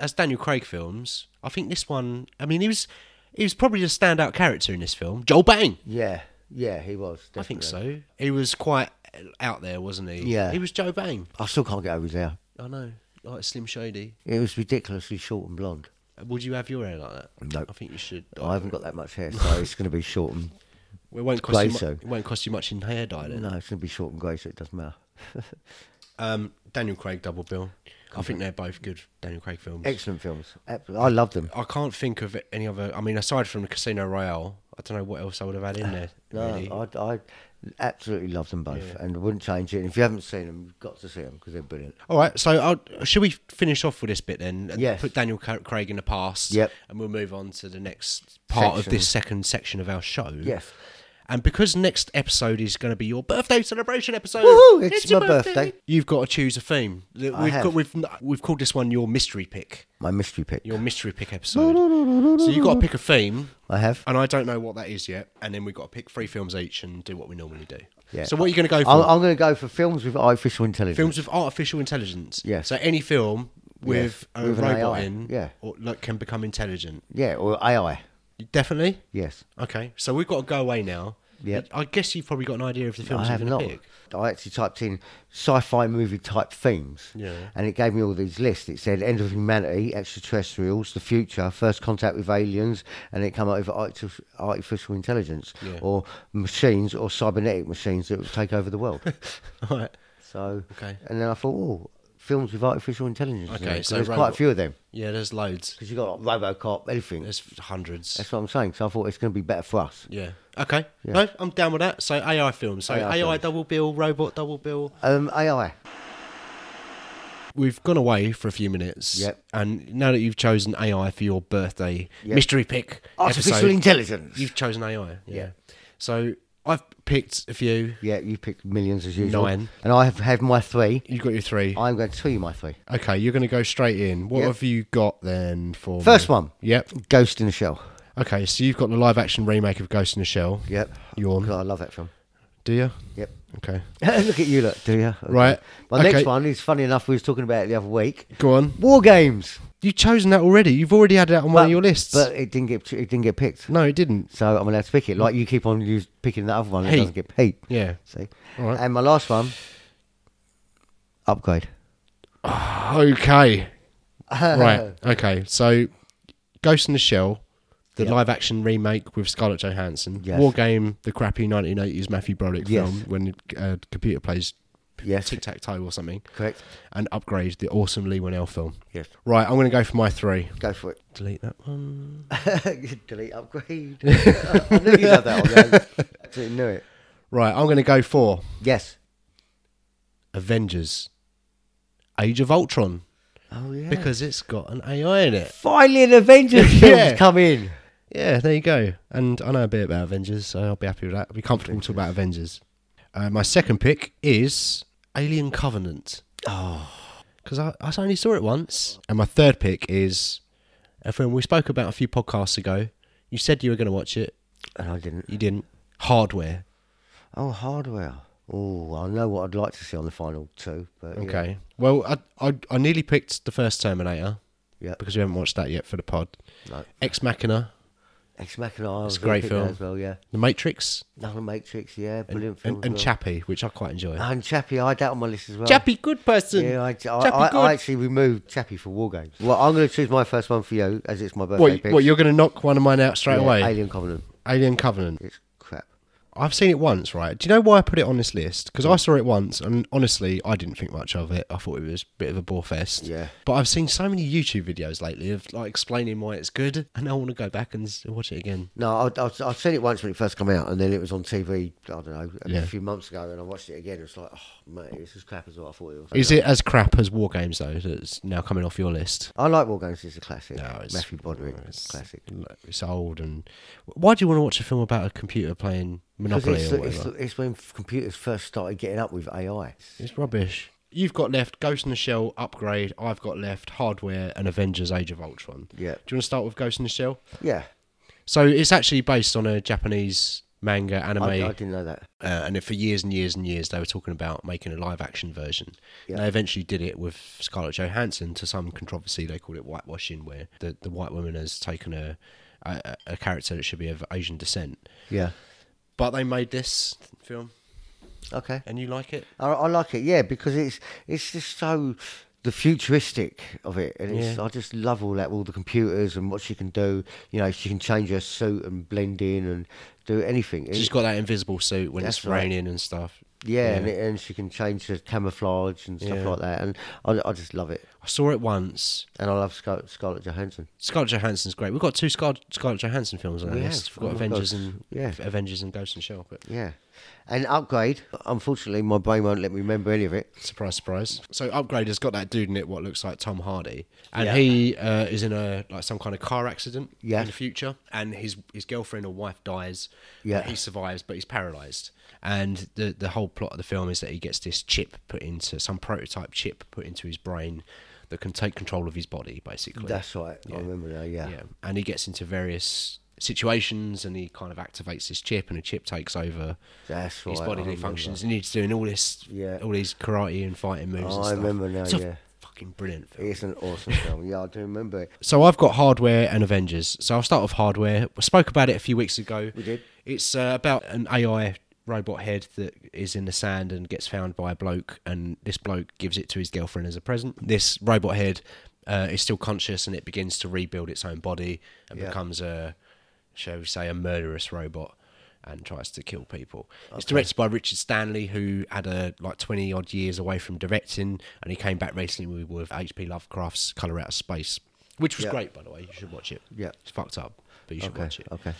[SPEAKER 1] as Daniel Craig films, I think this one, I mean, he was he was probably the standout character in this film. Joel Bang.
[SPEAKER 3] Yeah, yeah, he was.
[SPEAKER 1] I think
[SPEAKER 3] definitely.
[SPEAKER 1] so. He was quite out there, wasn't he?
[SPEAKER 3] Yeah.
[SPEAKER 1] He was Joe Bang.
[SPEAKER 3] I still can't get over his hair.
[SPEAKER 1] I know. Like Slim Shady.
[SPEAKER 3] It was ridiculously short and blonde.
[SPEAKER 1] Would you have your hair like that?
[SPEAKER 3] No.
[SPEAKER 1] I think you should.
[SPEAKER 3] I haven't got that much hair, so it's going to be short and.
[SPEAKER 1] It won't cost, you
[SPEAKER 3] Grey,
[SPEAKER 1] mu-
[SPEAKER 3] so.
[SPEAKER 1] it won't cost you much in hair dye then.
[SPEAKER 3] No, it's going to be short and grey, so it doesn't matter.
[SPEAKER 1] Um, Daniel Craig Double Bill. I think they're both good Daniel Craig films.
[SPEAKER 3] Excellent films. Ab- I love them.
[SPEAKER 1] I can't think of any other. I mean, aside from Casino Royale, I don't know what else I would have had in there.
[SPEAKER 3] No,
[SPEAKER 1] really.
[SPEAKER 3] I, I absolutely love them both and wouldn't change it. And if you haven't seen them, you've got to see them because they're brilliant.
[SPEAKER 1] All right, so I'll, should we finish off with this bit then? and
[SPEAKER 3] Yes.
[SPEAKER 1] Put Daniel Ca- Craig in the past.
[SPEAKER 3] Yep.
[SPEAKER 1] And we'll move on to the next part of
[SPEAKER 3] Section.
[SPEAKER 1] this second section of our show.
[SPEAKER 3] Yes.
[SPEAKER 1] And because next episode is going to be your birthday celebration episode,
[SPEAKER 3] Woohoo, it's my birthday.
[SPEAKER 1] You've got to choose a theme. We've
[SPEAKER 3] I have.
[SPEAKER 1] got, we've we've called this one your mystery pick.
[SPEAKER 3] My mystery pick.
[SPEAKER 1] Your mystery pick episode. so you've got to pick a theme.
[SPEAKER 3] I have.
[SPEAKER 1] and I don't know what that is yet. And then we've got to pick three films each and do what we normally do.
[SPEAKER 3] Yeah.
[SPEAKER 1] So what are you going to go for?
[SPEAKER 3] I'm, I'm going to go for films with artificial intelligence.
[SPEAKER 1] films with artificial intelligence.
[SPEAKER 3] Yes.
[SPEAKER 1] So any film with
[SPEAKER 3] Yes,
[SPEAKER 1] a
[SPEAKER 3] with an
[SPEAKER 1] robot
[SPEAKER 3] AI,
[SPEAKER 1] in,
[SPEAKER 3] yeah.
[SPEAKER 1] or like can become intelligent.
[SPEAKER 3] Yeah, or AI.
[SPEAKER 1] Definitely.
[SPEAKER 3] Yes.
[SPEAKER 1] Okay. So we've got to go away now.
[SPEAKER 3] Yep.
[SPEAKER 1] I guess you've probably got an idea of the films
[SPEAKER 3] I have
[SPEAKER 1] you're
[SPEAKER 3] not.
[SPEAKER 1] going to pick.
[SPEAKER 3] I actually typed in sci-fi movie type themes,
[SPEAKER 1] Yeah.
[SPEAKER 3] and it gave me all these lists. It said end of humanity, extraterrestrials, the future, first contact with aliens, and it came up with artific- artificial intelligence
[SPEAKER 1] Yeah.
[SPEAKER 3] or machines or cybernetic machines that would take over the world.
[SPEAKER 1] All right.
[SPEAKER 3] so,
[SPEAKER 1] Okay.
[SPEAKER 3] and then I thought, oh, films with artificial intelligence. in
[SPEAKER 1] Okay,
[SPEAKER 3] there, 'cause
[SPEAKER 1] so
[SPEAKER 3] there's quite
[SPEAKER 1] robot-
[SPEAKER 3] a few of them
[SPEAKER 1] Yeah, there's loads.
[SPEAKER 3] because you got like RoboCop, everything.
[SPEAKER 1] There's hundreds.
[SPEAKER 3] That's what I'm saying. So I thought it's going to be better for us.
[SPEAKER 1] Yeah. Okay. No, I'm down with that. So AI films. So
[SPEAKER 3] AI
[SPEAKER 1] AI,
[SPEAKER 3] films.
[SPEAKER 1] double bill, robot double bill.
[SPEAKER 3] Um, AI.
[SPEAKER 1] We've gone away for a few minutes.
[SPEAKER 3] Yep.
[SPEAKER 1] And now that you've chosen AI for your birthday
[SPEAKER 3] Yep.
[SPEAKER 1] mystery pick
[SPEAKER 3] Artificial
[SPEAKER 1] episode,
[SPEAKER 3] intelligence.
[SPEAKER 1] you've chosen AI. Yeah. So I've picked a few.
[SPEAKER 3] yeah, you picked millions as usual.
[SPEAKER 1] Nine.
[SPEAKER 3] And I have had my three.
[SPEAKER 1] You've got your three.
[SPEAKER 3] I'm going to tell you my three.
[SPEAKER 1] okay, you're going to go straight in. What
[SPEAKER 3] Yep.
[SPEAKER 1] have you got then for
[SPEAKER 3] First
[SPEAKER 1] me?
[SPEAKER 3] one.
[SPEAKER 1] Yep.
[SPEAKER 3] Ghost in the Shell.
[SPEAKER 1] Okay, so you've got the live action remake of Ghost in the Shell.
[SPEAKER 3] Yep.
[SPEAKER 1] Yawn.
[SPEAKER 3] God, I love that film.
[SPEAKER 1] Do you?
[SPEAKER 3] Yep.
[SPEAKER 1] Okay.
[SPEAKER 3] look at you, look, do you? Okay.
[SPEAKER 1] Right.
[SPEAKER 3] My
[SPEAKER 1] Okay.
[SPEAKER 3] next one is funny enough. We was talking about it the other week.
[SPEAKER 1] Go on.
[SPEAKER 3] War games.
[SPEAKER 1] You've chosen that already. You've already had that on one
[SPEAKER 3] But-
[SPEAKER 1] of your lists.
[SPEAKER 3] but it didn't get it didn't get picked.
[SPEAKER 1] no, it didn't.
[SPEAKER 3] So I'm allowed to pick it. Like you keep on use, picking that other one that
[SPEAKER 1] Heat.
[SPEAKER 3] doesn't get picked.
[SPEAKER 1] Yeah.
[SPEAKER 3] See.
[SPEAKER 1] All right.
[SPEAKER 3] And my last one. Upgrade.
[SPEAKER 1] Okay. right. Okay. So, Ghost in the Shell, the
[SPEAKER 3] Yeah.
[SPEAKER 1] live action remake with Scarlett Johansson.
[SPEAKER 3] Yes.
[SPEAKER 1] War Game, the crappy 1980s Matthew Broderick
[SPEAKER 3] Yes.
[SPEAKER 1] film when the uh, computer plays
[SPEAKER 3] Yes.
[SPEAKER 1] tic tac toe or something.
[SPEAKER 3] Correct.
[SPEAKER 1] And Upgrade, the awesome Lee Winnell film.
[SPEAKER 3] Yes.
[SPEAKER 1] Right. I'm going to go for my three.
[SPEAKER 3] Go for it.
[SPEAKER 1] Delete that one.
[SPEAKER 3] Delete upgrade. I knew you had that on there. Absolutely knew it.
[SPEAKER 1] Right. I'm going to go for
[SPEAKER 3] Yes.
[SPEAKER 1] Avengers Age of Ultron
[SPEAKER 3] Oh yeah.
[SPEAKER 1] because it's got an AI in it.
[SPEAKER 3] finally an Avengers film
[SPEAKER 1] Yeah.
[SPEAKER 3] come in.
[SPEAKER 1] Yeah, there you go. And I know a bit about Avengers, so I'll be happy with that. I'll be comfortable talking about Avengers. Uh, my second pick is Alien Covenant. Oh. Because I, I only saw it once. And my third pick is a film we spoke about a few podcasts ago. You said you were going to watch it,
[SPEAKER 3] And I didn't.
[SPEAKER 1] you didn't. Hardware.
[SPEAKER 3] Oh, hardware. Oh, I know what I'd like to see on the final two. But yeah.
[SPEAKER 1] Okay. Well, I, I, I nearly picked the first Terminator
[SPEAKER 3] Yeah.
[SPEAKER 1] because we haven't watched that yet for the pod.
[SPEAKER 3] No.
[SPEAKER 1] Ex Machina,
[SPEAKER 3] Ex Machina. I was
[SPEAKER 1] a great
[SPEAKER 3] thinking that
[SPEAKER 1] film.
[SPEAKER 3] as well. Oh, Yeah.
[SPEAKER 1] The Matrix,
[SPEAKER 3] Another Matrix. Yeah. Brilliant film.
[SPEAKER 1] and, and
[SPEAKER 3] as well.
[SPEAKER 1] Chappie, which I quite enjoy.
[SPEAKER 3] And Chappie, I had that on my list as well.
[SPEAKER 1] Chappie, good person.
[SPEAKER 3] Yeah, I, I,
[SPEAKER 1] Chappie,
[SPEAKER 3] I,
[SPEAKER 1] good.
[SPEAKER 3] I actually removed Chappie for War Games. Well, I'm going to choose my first one for you as it's my birthday.
[SPEAKER 1] What,
[SPEAKER 3] pick.
[SPEAKER 1] what you're going to knock one of mine out straight
[SPEAKER 3] Yeah,
[SPEAKER 1] away? Alien.
[SPEAKER 3] Alien Covenant.
[SPEAKER 1] Covenant.
[SPEAKER 3] It's crap.
[SPEAKER 1] I've seen it once, right? Do you know why I put it on this list? Because I saw it once, and honestly, I didn't think much of it. I thought it was a bit of a bore fest.
[SPEAKER 3] Yeah.
[SPEAKER 1] But I've seen so many YouTube videos lately of like explaining why it's good, and I want to go back and s- watch it again.
[SPEAKER 3] No, I, I, I seen it once when it first came out, and then it was on TV. I don't know a
[SPEAKER 1] Yeah.
[SPEAKER 3] few months ago, and I watched it again. It's like, oh mate, this is crap as what I thought it was.
[SPEAKER 1] Is it as crap as War Games though? That's now coming off your list.
[SPEAKER 3] I like War Games. It's a classic.
[SPEAKER 1] No, it's-
[SPEAKER 3] Matthew Broderick,
[SPEAKER 1] it's-
[SPEAKER 3] classic.
[SPEAKER 1] It's old, and why do you want to watch a film about a computer playing
[SPEAKER 3] Because
[SPEAKER 1] Monopoly
[SPEAKER 3] it's,
[SPEAKER 1] or
[SPEAKER 3] the-
[SPEAKER 1] whatever?
[SPEAKER 3] it's, the- it's when f- computers first started getting up with AI.
[SPEAKER 1] It's rubbish. You've got left Ghost in the Shell upgrade. I've got left Hardware and Avengers Age of Ultron.
[SPEAKER 3] Yeah.
[SPEAKER 1] Do you want to start with Ghost in the Shell?
[SPEAKER 3] Yeah,
[SPEAKER 1] So it's actually based on a Japanese manga anime,
[SPEAKER 3] I, I didn't know that.
[SPEAKER 1] uh, and for years and years and years they were talking about making a live action version.
[SPEAKER 3] Yeah.
[SPEAKER 1] They eventually did it with Scarlett Johansson. To some controversy, they called it whitewashing, where the, the white woman has taken a, a a character that should be of Asian descent.
[SPEAKER 3] Yeah.
[SPEAKER 1] But they made this film,
[SPEAKER 3] Okay.
[SPEAKER 1] and you like it?
[SPEAKER 3] I, I like it, yeah, because it's it's just so the futuristic of it, and it's
[SPEAKER 1] Yeah.
[SPEAKER 3] I just love all that, all the computers and what she can do. You know, she can change her suit and blend in and do anything.
[SPEAKER 1] She's
[SPEAKER 3] It-
[SPEAKER 1] got that invisible suit when it's
[SPEAKER 3] That's right.
[SPEAKER 1] raining and stuff.
[SPEAKER 3] yeah, And, it, and she can change her camouflage and stuff
[SPEAKER 1] Yeah.
[SPEAKER 3] like that, and I, I just love it.
[SPEAKER 1] I saw it once.
[SPEAKER 3] And I love Scar- Scarlett Johansson.
[SPEAKER 1] Scarlett Johansson's great. We've got two Scar- Scarlett Johansson films on our
[SPEAKER 3] We
[SPEAKER 1] list.
[SPEAKER 3] have.
[SPEAKER 1] We've got
[SPEAKER 3] Oh my
[SPEAKER 1] Avengers
[SPEAKER 3] God.
[SPEAKER 1] and
[SPEAKER 3] Yeah.
[SPEAKER 1] Avengers and Ghost and Shell. But
[SPEAKER 3] Yeah, and upgrade. Unfortunately, my brain won't let me remember any of it.
[SPEAKER 1] surprise, surprise. So Upgrade has got that dude in it, what looks like Tom Hardy, and
[SPEAKER 3] Yeah.
[SPEAKER 1] he uh, is in a like some kind of car accident
[SPEAKER 3] Yeah.
[SPEAKER 1] in the future, and his his girlfriend or wife dies.
[SPEAKER 3] Yeah.
[SPEAKER 1] he survives, but he's paralyzed. And the the whole plot of the film is that he gets this chip put into some prototype chip put into his brain that can take control of his body, basically.
[SPEAKER 3] That's right. I remember now. Yeah.
[SPEAKER 1] yeah and he gets into various situations and he kind of activates this chip and the chip takes over
[SPEAKER 3] That's
[SPEAKER 1] his body
[SPEAKER 3] right, I
[SPEAKER 1] and he
[SPEAKER 3] remember.
[SPEAKER 1] functions and he's doing all this
[SPEAKER 3] Yeah.
[SPEAKER 1] all these karate and fighting moves
[SPEAKER 3] Oh,
[SPEAKER 1] and
[SPEAKER 3] I
[SPEAKER 1] stuff.
[SPEAKER 3] remember now,
[SPEAKER 1] It's a
[SPEAKER 3] yeah.
[SPEAKER 1] fucking brilliant film.
[SPEAKER 3] It's an awesome film. Yeah, I do remember it.
[SPEAKER 1] so i've got hardware and avengers so i'll start with hardware we spoke about it a few weeks ago we
[SPEAKER 3] did.
[SPEAKER 1] it's uh, about an ai robot head that is in the sand and gets found by a bloke and this bloke gives it to his girlfriend as a present this robot head uh, is still conscious and it begins to rebuild its own body and
[SPEAKER 3] Yeah.
[SPEAKER 1] becomes a shall we say a murderous robot and tries to kill people. It's directed by Richard Stanley, who had a like twenty odd years away from directing, and he came back recently with H.P. Lovecraft's Color Out of Space, which was
[SPEAKER 3] Yeah.
[SPEAKER 1] great by the way. You should watch it.
[SPEAKER 3] Yeah.
[SPEAKER 1] it's fucked up, but you should
[SPEAKER 3] Okay.
[SPEAKER 1] watch it.
[SPEAKER 3] Okay.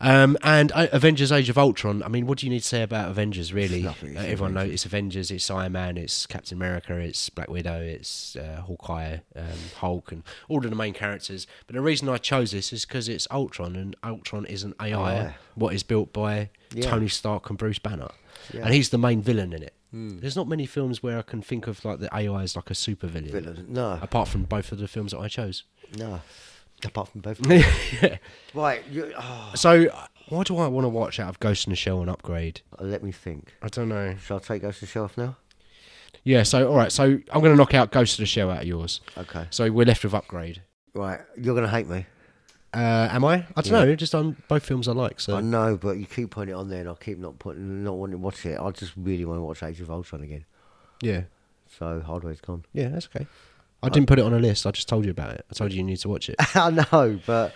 [SPEAKER 1] Um, and uh, Avengers: Age of Ultron. I mean, what do you need to say about Avengers? Really,
[SPEAKER 3] nothing, it's
[SPEAKER 1] Uh, everyone knows it's Avengers, it's Iron Man, it's Captain America, it's Black Widow, it's uh, Hawkeye, um, Hulk, and all of the main characters. But the reason I chose this is because it's Ultron, and Ultron is an AI. What is built by
[SPEAKER 3] Yeah.
[SPEAKER 1] Tony Stark and Bruce Banner, and he's the main villain in it.
[SPEAKER 3] Hmm.
[SPEAKER 1] There's not many films where I can think of like the AI as like a super villain,
[SPEAKER 3] Villain, no.
[SPEAKER 1] apart from both of the films that I chose.
[SPEAKER 3] No. Apart from both.
[SPEAKER 1] Yeah.
[SPEAKER 3] right. You, oh,
[SPEAKER 1] So, why do I want to watch out of Ghost in the Shell and Upgrade?
[SPEAKER 3] let me think.
[SPEAKER 1] I don't know.
[SPEAKER 3] Shall I take Ghost of the Shelf now?
[SPEAKER 1] Yeah, so all right, so I'm going to knock out Ghost of the Shell out of yours.
[SPEAKER 3] Okay.
[SPEAKER 1] So we're left with Upgrade.
[SPEAKER 3] Right. You're going to hate me.
[SPEAKER 1] Uh, am I? I don't know. Just on both films I like. So
[SPEAKER 3] I know, but you keep putting it on there and I keep not putting, not wanting to watch it. I just really want to watch Age of Ultron again.
[SPEAKER 1] yeah,
[SPEAKER 3] So Hardway's gone.
[SPEAKER 1] yeah, that's okay. I didn't put it on a list. I just told you about it. I told you you need to watch it.
[SPEAKER 3] I know, but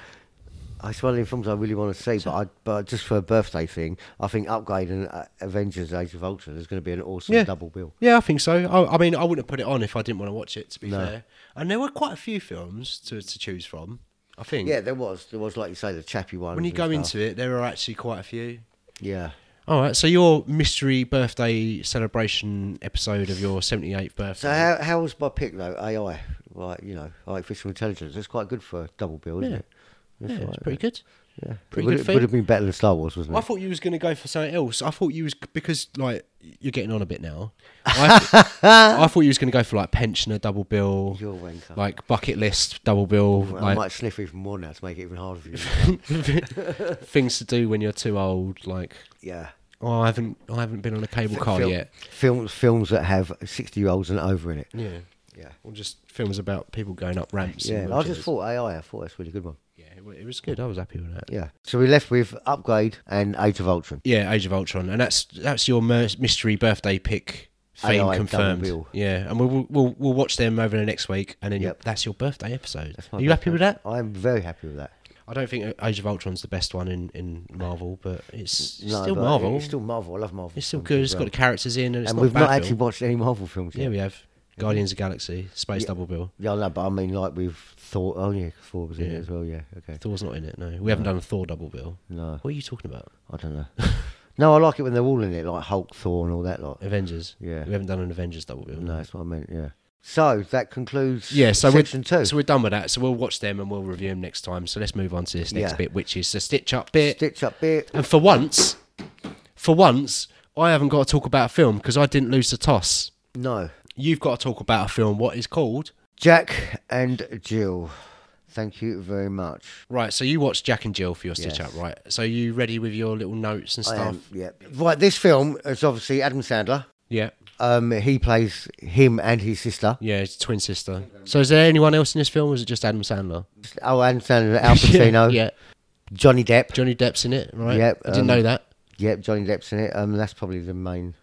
[SPEAKER 3] it's one of the films I really want to see. But I, but just for a birthday thing, I think Upgrade and uh, Avengers: Age of Ultron is going to be an awesome
[SPEAKER 1] Yeah.
[SPEAKER 3] double bill.
[SPEAKER 1] yeah, I think so. I, I mean, I wouldn't have put it on if I didn't want to watch it. To be
[SPEAKER 3] No.
[SPEAKER 1] fair, and there were quite a few films to to choose from. I think.
[SPEAKER 3] Yeah, there was, there was like you say, the Chappie one.
[SPEAKER 1] When you go into it, there are actually quite a few.
[SPEAKER 3] yeah,
[SPEAKER 1] All right, so your mystery birthday celebration episode of your 78th birthday.
[SPEAKER 3] So how how was my pick though? AI, like you know, artificial intelligence. It's quite good for a double bill, isn't
[SPEAKER 1] Yeah.
[SPEAKER 3] it?
[SPEAKER 1] yeah,
[SPEAKER 3] all
[SPEAKER 1] it's
[SPEAKER 3] right,
[SPEAKER 1] pretty good.
[SPEAKER 3] Yeah,
[SPEAKER 1] Pretty
[SPEAKER 3] would,
[SPEAKER 1] good
[SPEAKER 3] it
[SPEAKER 1] thing.
[SPEAKER 3] would have been better than Star Wars, wasn't
[SPEAKER 1] I
[SPEAKER 3] it?
[SPEAKER 1] thought you was going to go for something else. I thought you was because like you're getting on a bit now. I, th- I thought you was going to go for like pensioner double bill,
[SPEAKER 3] You're a wanker.
[SPEAKER 1] like bucket list double bill,
[SPEAKER 3] Well, I
[SPEAKER 1] like
[SPEAKER 3] might sniff even more now to make it even harder for you.
[SPEAKER 1] things to do when you're too old. Like
[SPEAKER 3] yeah.
[SPEAKER 1] oh, I haven't I haven't been on a cable car
[SPEAKER 3] Fil-
[SPEAKER 1] yet.
[SPEAKER 3] Films, films that have sixty-year-olds and over in it.
[SPEAKER 1] Yeah,
[SPEAKER 3] Yeah,
[SPEAKER 1] or just films about people going up ramps.
[SPEAKER 3] yeah.
[SPEAKER 1] in
[SPEAKER 3] I just
[SPEAKER 1] wheelchairs.
[SPEAKER 3] thought AI. I thought that's a really good one.
[SPEAKER 1] yeah, it wa- it was good. I was happy with that.
[SPEAKER 3] Yeah. So we left with Upgrade and Age of Ultron.
[SPEAKER 1] Yeah, Age of Ultron, and that's that's your mer- mystery birthday pick. Fame
[SPEAKER 3] AI
[SPEAKER 1] confirmed.
[SPEAKER 3] double bill.
[SPEAKER 1] Yeah, and we'll, we'll we'll watch them over the next week, and then
[SPEAKER 3] Yep.
[SPEAKER 1] that's your birthday episode.
[SPEAKER 3] That's my
[SPEAKER 1] Are you happy
[SPEAKER 3] best
[SPEAKER 1] with
[SPEAKER 3] one.
[SPEAKER 1] that?
[SPEAKER 3] I'm very happy with that.
[SPEAKER 1] I don't think uh, Age of Ultron's the best one in, in Marvel, but it's it's
[SPEAKER 3] No,
[SPEAKER 1] still
[SPEAKER 3] but
[SPEAKER 1] Marvel.
[SPEAKER 3] It's still Marvel. I love Marvel.
[SPEAKER 1] It's still
[SPEAKER 3] films
[SPEAKER 1] good.
[SPEAKER 3] as
[SPEAKER 1] It's got
[SPEAKER 3] well.
[SPEAKER 1] the characters in, and it's
[SPEAKER 3] and
[SPEAKER 1] not
[SPEAKER 3] we've
[SPEAKER 1] bad
[SPEAKER 3] not actually
[SPEAKER 1] film.
[SPEAKER 3] watched Mm-hmm. any Marvel films yet.
[SPEAKER 1] Yeah, we have Guardians of the Galaxy, Space Double Bill.
[SPEAKER 3] Yeah, no, but I mean, like we've thought. Oh yeah, Thor was in
[SPEAKER 1] Yeah.
[SPEAKER 3] it as well. Yeah, okay.
[SPEAKER 1] Thor's not in it. No, we haven't done a Thor Double Bill.
[SPEAKER 3] No,
[SPEAKER 1] What are you talking about?
[SPEAKER 3] I don't know. no, I like it when they're all in it, like Hulk, Thor, and all that lot.
[SPEAKER 1] Avengers.
[SPEAKER 3] Yeah.
[SPEAKER 1] we haven't done an Avengers Double Bill.
[SPEAKER 3] No, that's what I meant. Yeah. So that concludes.
[SPEAKER 1] Yeah, so
[SPEAKER 3] section
[SPEAKER 1] we're,
[SPEAKER 3] two.
[SPEAKER 1] So we're done with that. So we'll watch them and we'll review them next time. So let's move on to this next
[SPEAKER 3] Yeah.
[SPEAKER 1] bit, which is the stitch up bit.
[SPEAKER 3] Stitch up bit.
[SPEAKER 1] and for once, for once, I haven't got to talk about a film because I didn't lose the toss.
[SPEAKER 3] No,
[SPEAKER 1] You've got to talk about a film. What is called?
[SPEAKER 3] Jack and Jill. Thank you very much.
[SPEAKER 1] Right. So you watched Jack and Jill for your stitch
[SPEAKER 3] Yes.
[SPEAKER 1] up, right? So you ready with your little notes and
[SPEAKER 3] I
[SPEAKER 1] stuff?
[SPEAKER 3] am. Yeah. Right. This film is obviously Adam Sandler.
[SPEAKER 1] Yeah.
[SPEAKER 3] Um, he plays him and his sister.
[SPEAKER 1] Yeah, it's twin sister. So is there anyone else in this film? Or is it just Adam Sandler?
[SPEAKER 3] Oh, Adam Sandler, Al Pacino,
[SPEAKER 1] yeah.
[SPEAKER 3] Johnny Depp.
[SPEAKER 1] Johnny Depp's in it, right?
[SPEAKER 3] Yep,
[SPEAKER 1] I didn't
[SPEAKER 3] um,
[SPEAKER 1] know that.
[SPEAKER 3] Yep, Johnny Depp's in it. Um, that's probably the main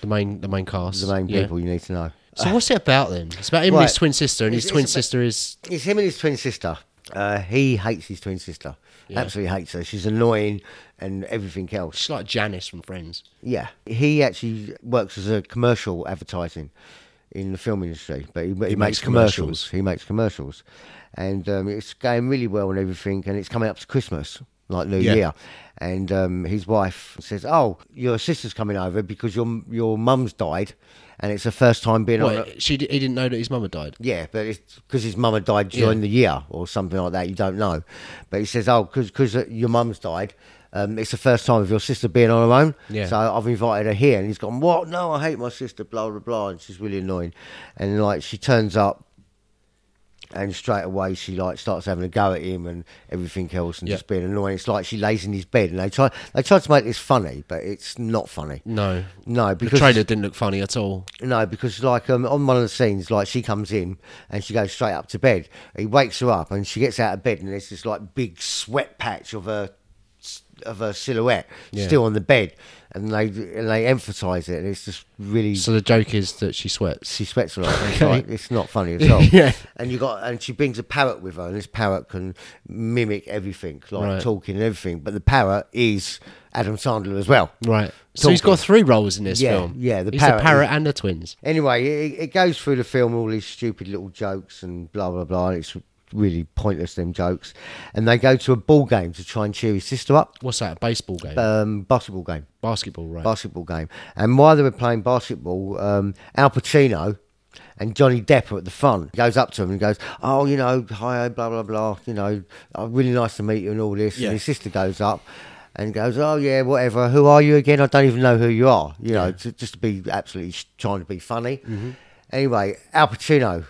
[SPEAKER 1] The main, the main cast.
[SPEAKER 3] the main
[SPEAKER 1] Yeah.
[SPEAKER 3] people you need to know.
[SPEAKER 1] So what's it about then? It's about him and his
[SPEAKER 3] Right.
[SPEAKER 1] twin sister, and
[SPEAKER 3] It's-
[SPEAKER 1] his twin
[SPEAKER 3] it's about-
[SPEAKER 1] sister is
[SPEAKER 3] It's him and his twin sister. Uh, he hates his twin sister. Absolutely hates her. She's annoying and everything else.
[SPEAKER 1] she's like Janice from Friends.
[SPEAKER 3] Yeah, he actually works as a commercial advertising in the film industry, but he, he, makes,
[SPEAKER 1] makes
[SPEAKER 3] commercials.
[SPEAKER 1] commercials.
[SPEAKER 3] He makes commercials, and um, it's going really well and everything. And it's coming up to Christmas, like New
[SPEAKER 1] Yeah.
[SPEAKER 3] Year, and um, his wife says, "Oh, your sister's coming over because your your mum's died, and it's her first time being on."
[SPEAKER 1] What,
[SPEAKER 3] a-
[SPEAKER 1] she di- he didn't know that his mum had died.
[SPEAKER 3] Yeah, but it's because his mum had died during the year or something like that. You don't know. But he says, oh, because your mum's died, um, it's the first time of your sister being on her own.
[SPEAKER 1] Yeah.
[SPEAKER 3] So I've invited her here. And he's gone, what? No, I hate my sister, blah, blah, blah. And she's really annoying. And like, she turns up and straight away she like starts having a go at him and everything else and
[SPEAKER 1] Yeah.
[SPEAKER 3] just being annoying. It's like she lays in his bed and they try they try to make this funny, but it's not funny.
[SPEAKER 1] No,
[SPEAKER 3] No, because
[SPEAKER 1] the trailer didn't look funny at all.
[SPEAKER 3] no, because like um, on one of the scenes, like she comes in and she goes straight up to bed. He wakes her up and she gets out of bed and there's this like big sweat patch of her s- of her silhouette
[SPEAKER 1] Yeah.
[SPEAKER 3] still on the bed, and they and they emphasise it. And it's just really
[SPEAKER 1] So the joke is that she sweats.
[SPEAKER 3] she sweats a lot. and It's, like, it's not funny at all.
[SPEAKER 1] Yeah.
[SPEAKER 3] And you got and she brings a parrot with her, and this parrot can mimic everything, like
[SPEAKER 1] Right.
[SPEAKER 3] talking and everything. But the parrot is Adam Sandler as well.
[SPEAKER 1] Right. So he's got
[SPEAKER 3] Talking.
[SPEAKER 1] three roles in this
[SPEAKER 3] Yeah,
[SPEAKER 1] film.
[SPEAKER 3] yeah, the
[SPEAKER 1] he's
[SPEAKER 3] parrot
[SPEAKER 1] the
[SPEAKER 3] is-
[SPEAKER 1] parrot and the twins.
[SPEAKER 3] Anyway, it, it goes through the film all these stupid little jokes and blah blah blah. And it's really pointless them jokes. And they go to a ball game to try and cheer his sister up.
[SPEAKER 1] What's that? A baseball game?
[SPEAKER 3] Um, basketball game.
[SPEAKER 1] basketball, right?
[SPEAKER 3] basketball game. And while they were playing basketball, um, Al Pacino and Johnny Depp are at the front. He goes up to him and goes, "Oh, you know, hi, blah blah blah. You know, oh, really nice to meet you and all this."
[SPEAKER 1] Yeah.
[SPEAKER 3] And his sister goes up. And goes, oh yeah, whatever. Who are you again? I don't even know who you are. You know, to, just to be absolutely sh- trying to be funny.
[SPEAKER 1] Mm-hmm.
[SPEAKER 3] Anyway, Al Pacino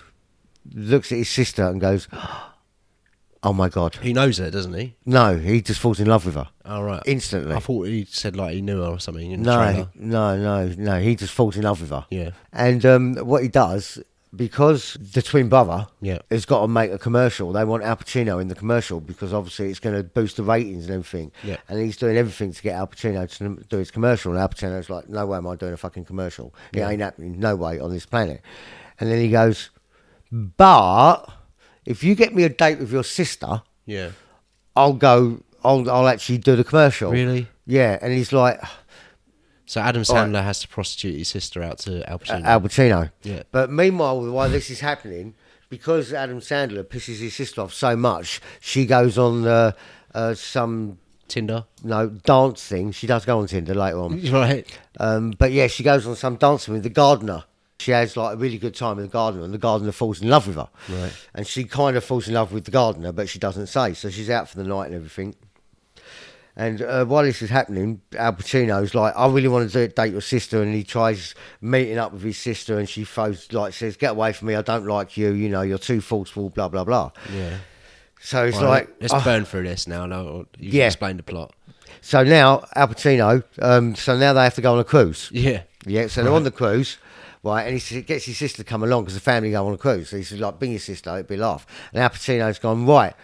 [SPEAKER 3] looks at his sister and goes, "Oh my god,
[SPEAKER 1] he knows her, doesn't he?
[SPEAKER 3] no!" He just falls in love with her
[SPEAKER 1] All right.
[SPEAKER 3] instantly.
[SPEAKER 1] I thought he said like he knew her or something in the
[SPEAKER 3] No,
[SPEAKER 1] trailer.
[SPEAKER 3] no, no, no. He just falls in love with her.
[SPEAKER 1] Yeah.
[SPEAKER 3] And um, what he does, because the twin brother
[SPEAKER 1] Yeah.
[SPEAKER 3] has got to make a commercial, they want Al Pacino in the commercial because obviously it's going to boost the ratings and everything.
[SPEAKER 1] Yeah.
[SPEAKER 3] And he's doing everything to get Al Pacino to do his commercial. And Al Pacino's like, no way am I doing a fucking commercial. It ain't happening. No way on this planet. And then he goes, but if you get me a date with your sister,
[SPEAKER 1] Yeah.
[SPEAKER 3] I'll go, I'll, I'll actually do the commercial.
[SPEAKER 1] Really?
[SPEAKER 3] Yeah. And he's like,
[SPEAKER 1] So Adam
[SPEAKER 3] All right. Uh,
[SPEAKER 1] Sandler has to prostitute his sister out to Al Pacino.
[SPEAKER 3] Al Pacino.
[SPEAKER 1] Yeah.
[SPEAKER 3] But meanwhile, while this is happening, because Adam Sandler pisses his sister off so much, she goes on uh, uh, some
[SPEAKER 1] Tinder.
[SPEAKER 3] no dance thing. She does go on Tinder later on.
[SPEAKER 1] Right.
[SPEAKER 3] Um, but yeah, she goes on some dancing with the gardener. She has like a really good time with the gardener, and the gardener falls in love with her. Right. And she kind of falls in love with the gardener, but she doesn't say. So she's out for the night and everything. And uh, while this is happening, Al Pacino's like, I really want to do, date your sister. And he tries meeting up with his sister, and she throws, like, says, Get away from me. I don't like you. You know, you're too forceful, blah, blah, blah.
[SPEAKER 1] Yeah.
[SPEAKER 3] So it's
[SPEAKER 1] Right,
[SPEAKER 3] like,
[SPEAKER 1] let's
[SPEAKER 3] "Oh."
[SPEAKER 1] burn through this now. No, you
[SPEAKER 3] Yeah.
[SPEAKER 1] explained the plot.
[SPEAKER 3] so now Al Pacino, um, so now they have to go on a cruise.
[SPEAKER 1] Yeah.
[SPEAKER 3] Yeah, so they're on the cruise, right? And he s- gets his sister to come along because the family go on a cruise. So he says, like, bring your sister, it'd be a laugh. And Al Pacino's gone, right,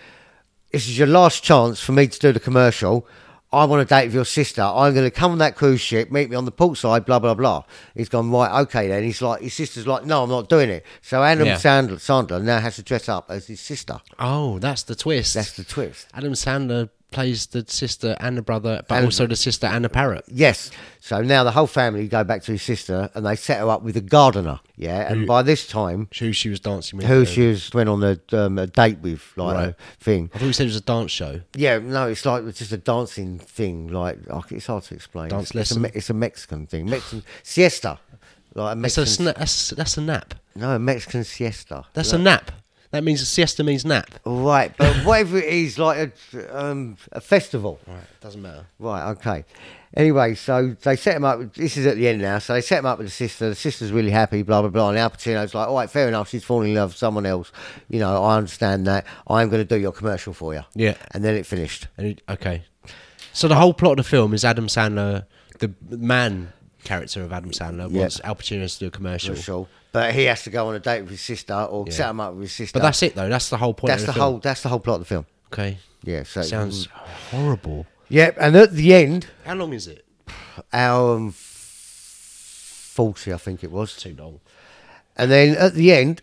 [SPEAKER 3] this is your last chance for me to do the commercial. I want a date with your sister. I'm going to come on that cruise ship, meet me on the port side, blah, blah, blah. He's gone, right, okay then. He's like, his sister's like, no, I'm not doing it. So Adam
[SPEAKER 1] Yeah.
[SPEAKER 3] Sandler, Sandler now has to dress up as his sister.
[SPEAKER 1] Oh, that's the twist.
[SPEAKER 3] That's the twist.
[SPEAKER 1] Adam Sandler plays the sister and the brother, but
[SPEAKER 3] And-
[SPEAKER 1] also the sister and the parrot.
[SPEAKER 3] Yes. So now the whole family go back to his sister and they set her up with a gardener. Yeah. And by this time,
[SPEAKER 1] Who she was dancing with.
[SPEAKER 3] who
[SPEAKER 1] though.
[SPEAKER 3] she was went on a, um, a date with, like
[SPEAKER 1] Right.
[SPEAKER 3] a thing.
[SPEAKER 1] I thought you said it was a dance show.
[SPEAKER 3] Yeah, no, it's like it's just a dancing thing. Like oh, it's hard to explain.
[SPEAKER 1] Dance
[SPEAKER 3] it's, it's a,
[SPEAKER 1] lesson?
[SPEAKER 3] Me- it's a Mexican thing. Mexican siesta, like a
[SPEAKER 1] That's a,
[SPEAKER 3] Mexican.
[SPEAKER 1] sna- that's, that's a nap.
[SPEAKER 3] no, a Mexican siesta.
[SPEAKER 1] That's a nap. That means siesta means nap.
[SPEAKER 3] All right, but whatever it is, like a um, a festival.
[SPEAKER 1] Right, doesn't matter.
[SPEAKER 3] Right, okay. Anyway, so they set him up. This is at the end now. So they set him up with the sister. The sister's really happy, blah, blah, blah. And Al Pacino's like, all right, fair enough. She's falling in love with someone else. You know, I understand that. I'm going to do your commercial for you.
[SPEAKER 1] Yeah.
[SPEAKER 3] And then it finished.
[SPEAKER 1] And it- okay. So the whole plot of the film is Adam Sandler, the man character of Adam Sandler,
[SPEAKER 3] Yeah.
[SPEAKER 1] wants Al Pacino to do a commercial.
[SPEAKER 3] Commercial. But he has to go on a date with his sister or
[SPEAKER 1] Yeah.
[SPEAKER 3] set him up with his sister.
[SPEAKER 1] But that's it, though. That's the whole point.
[SPEAKER 3] That's
[SPEAKER 1] of
[SPEAKER 3] the
[SPEAKER 1] the, film.
[SPEAKER 3] whole that's the whole plot of the film.
[SPEAKER 1] Okay.
[SPEAKER 3] Yeah, so Mm.
[SPEAKER 1] Sounds horrible.
[SPEAKER 3] Yep, and at the end,
[SPEAKER 1] How long is it?
[SPEAKER 3] hour and f- forty, I think it was.
[SPEAKER 1] Too long.
[SPEAKER 3] And then at the end,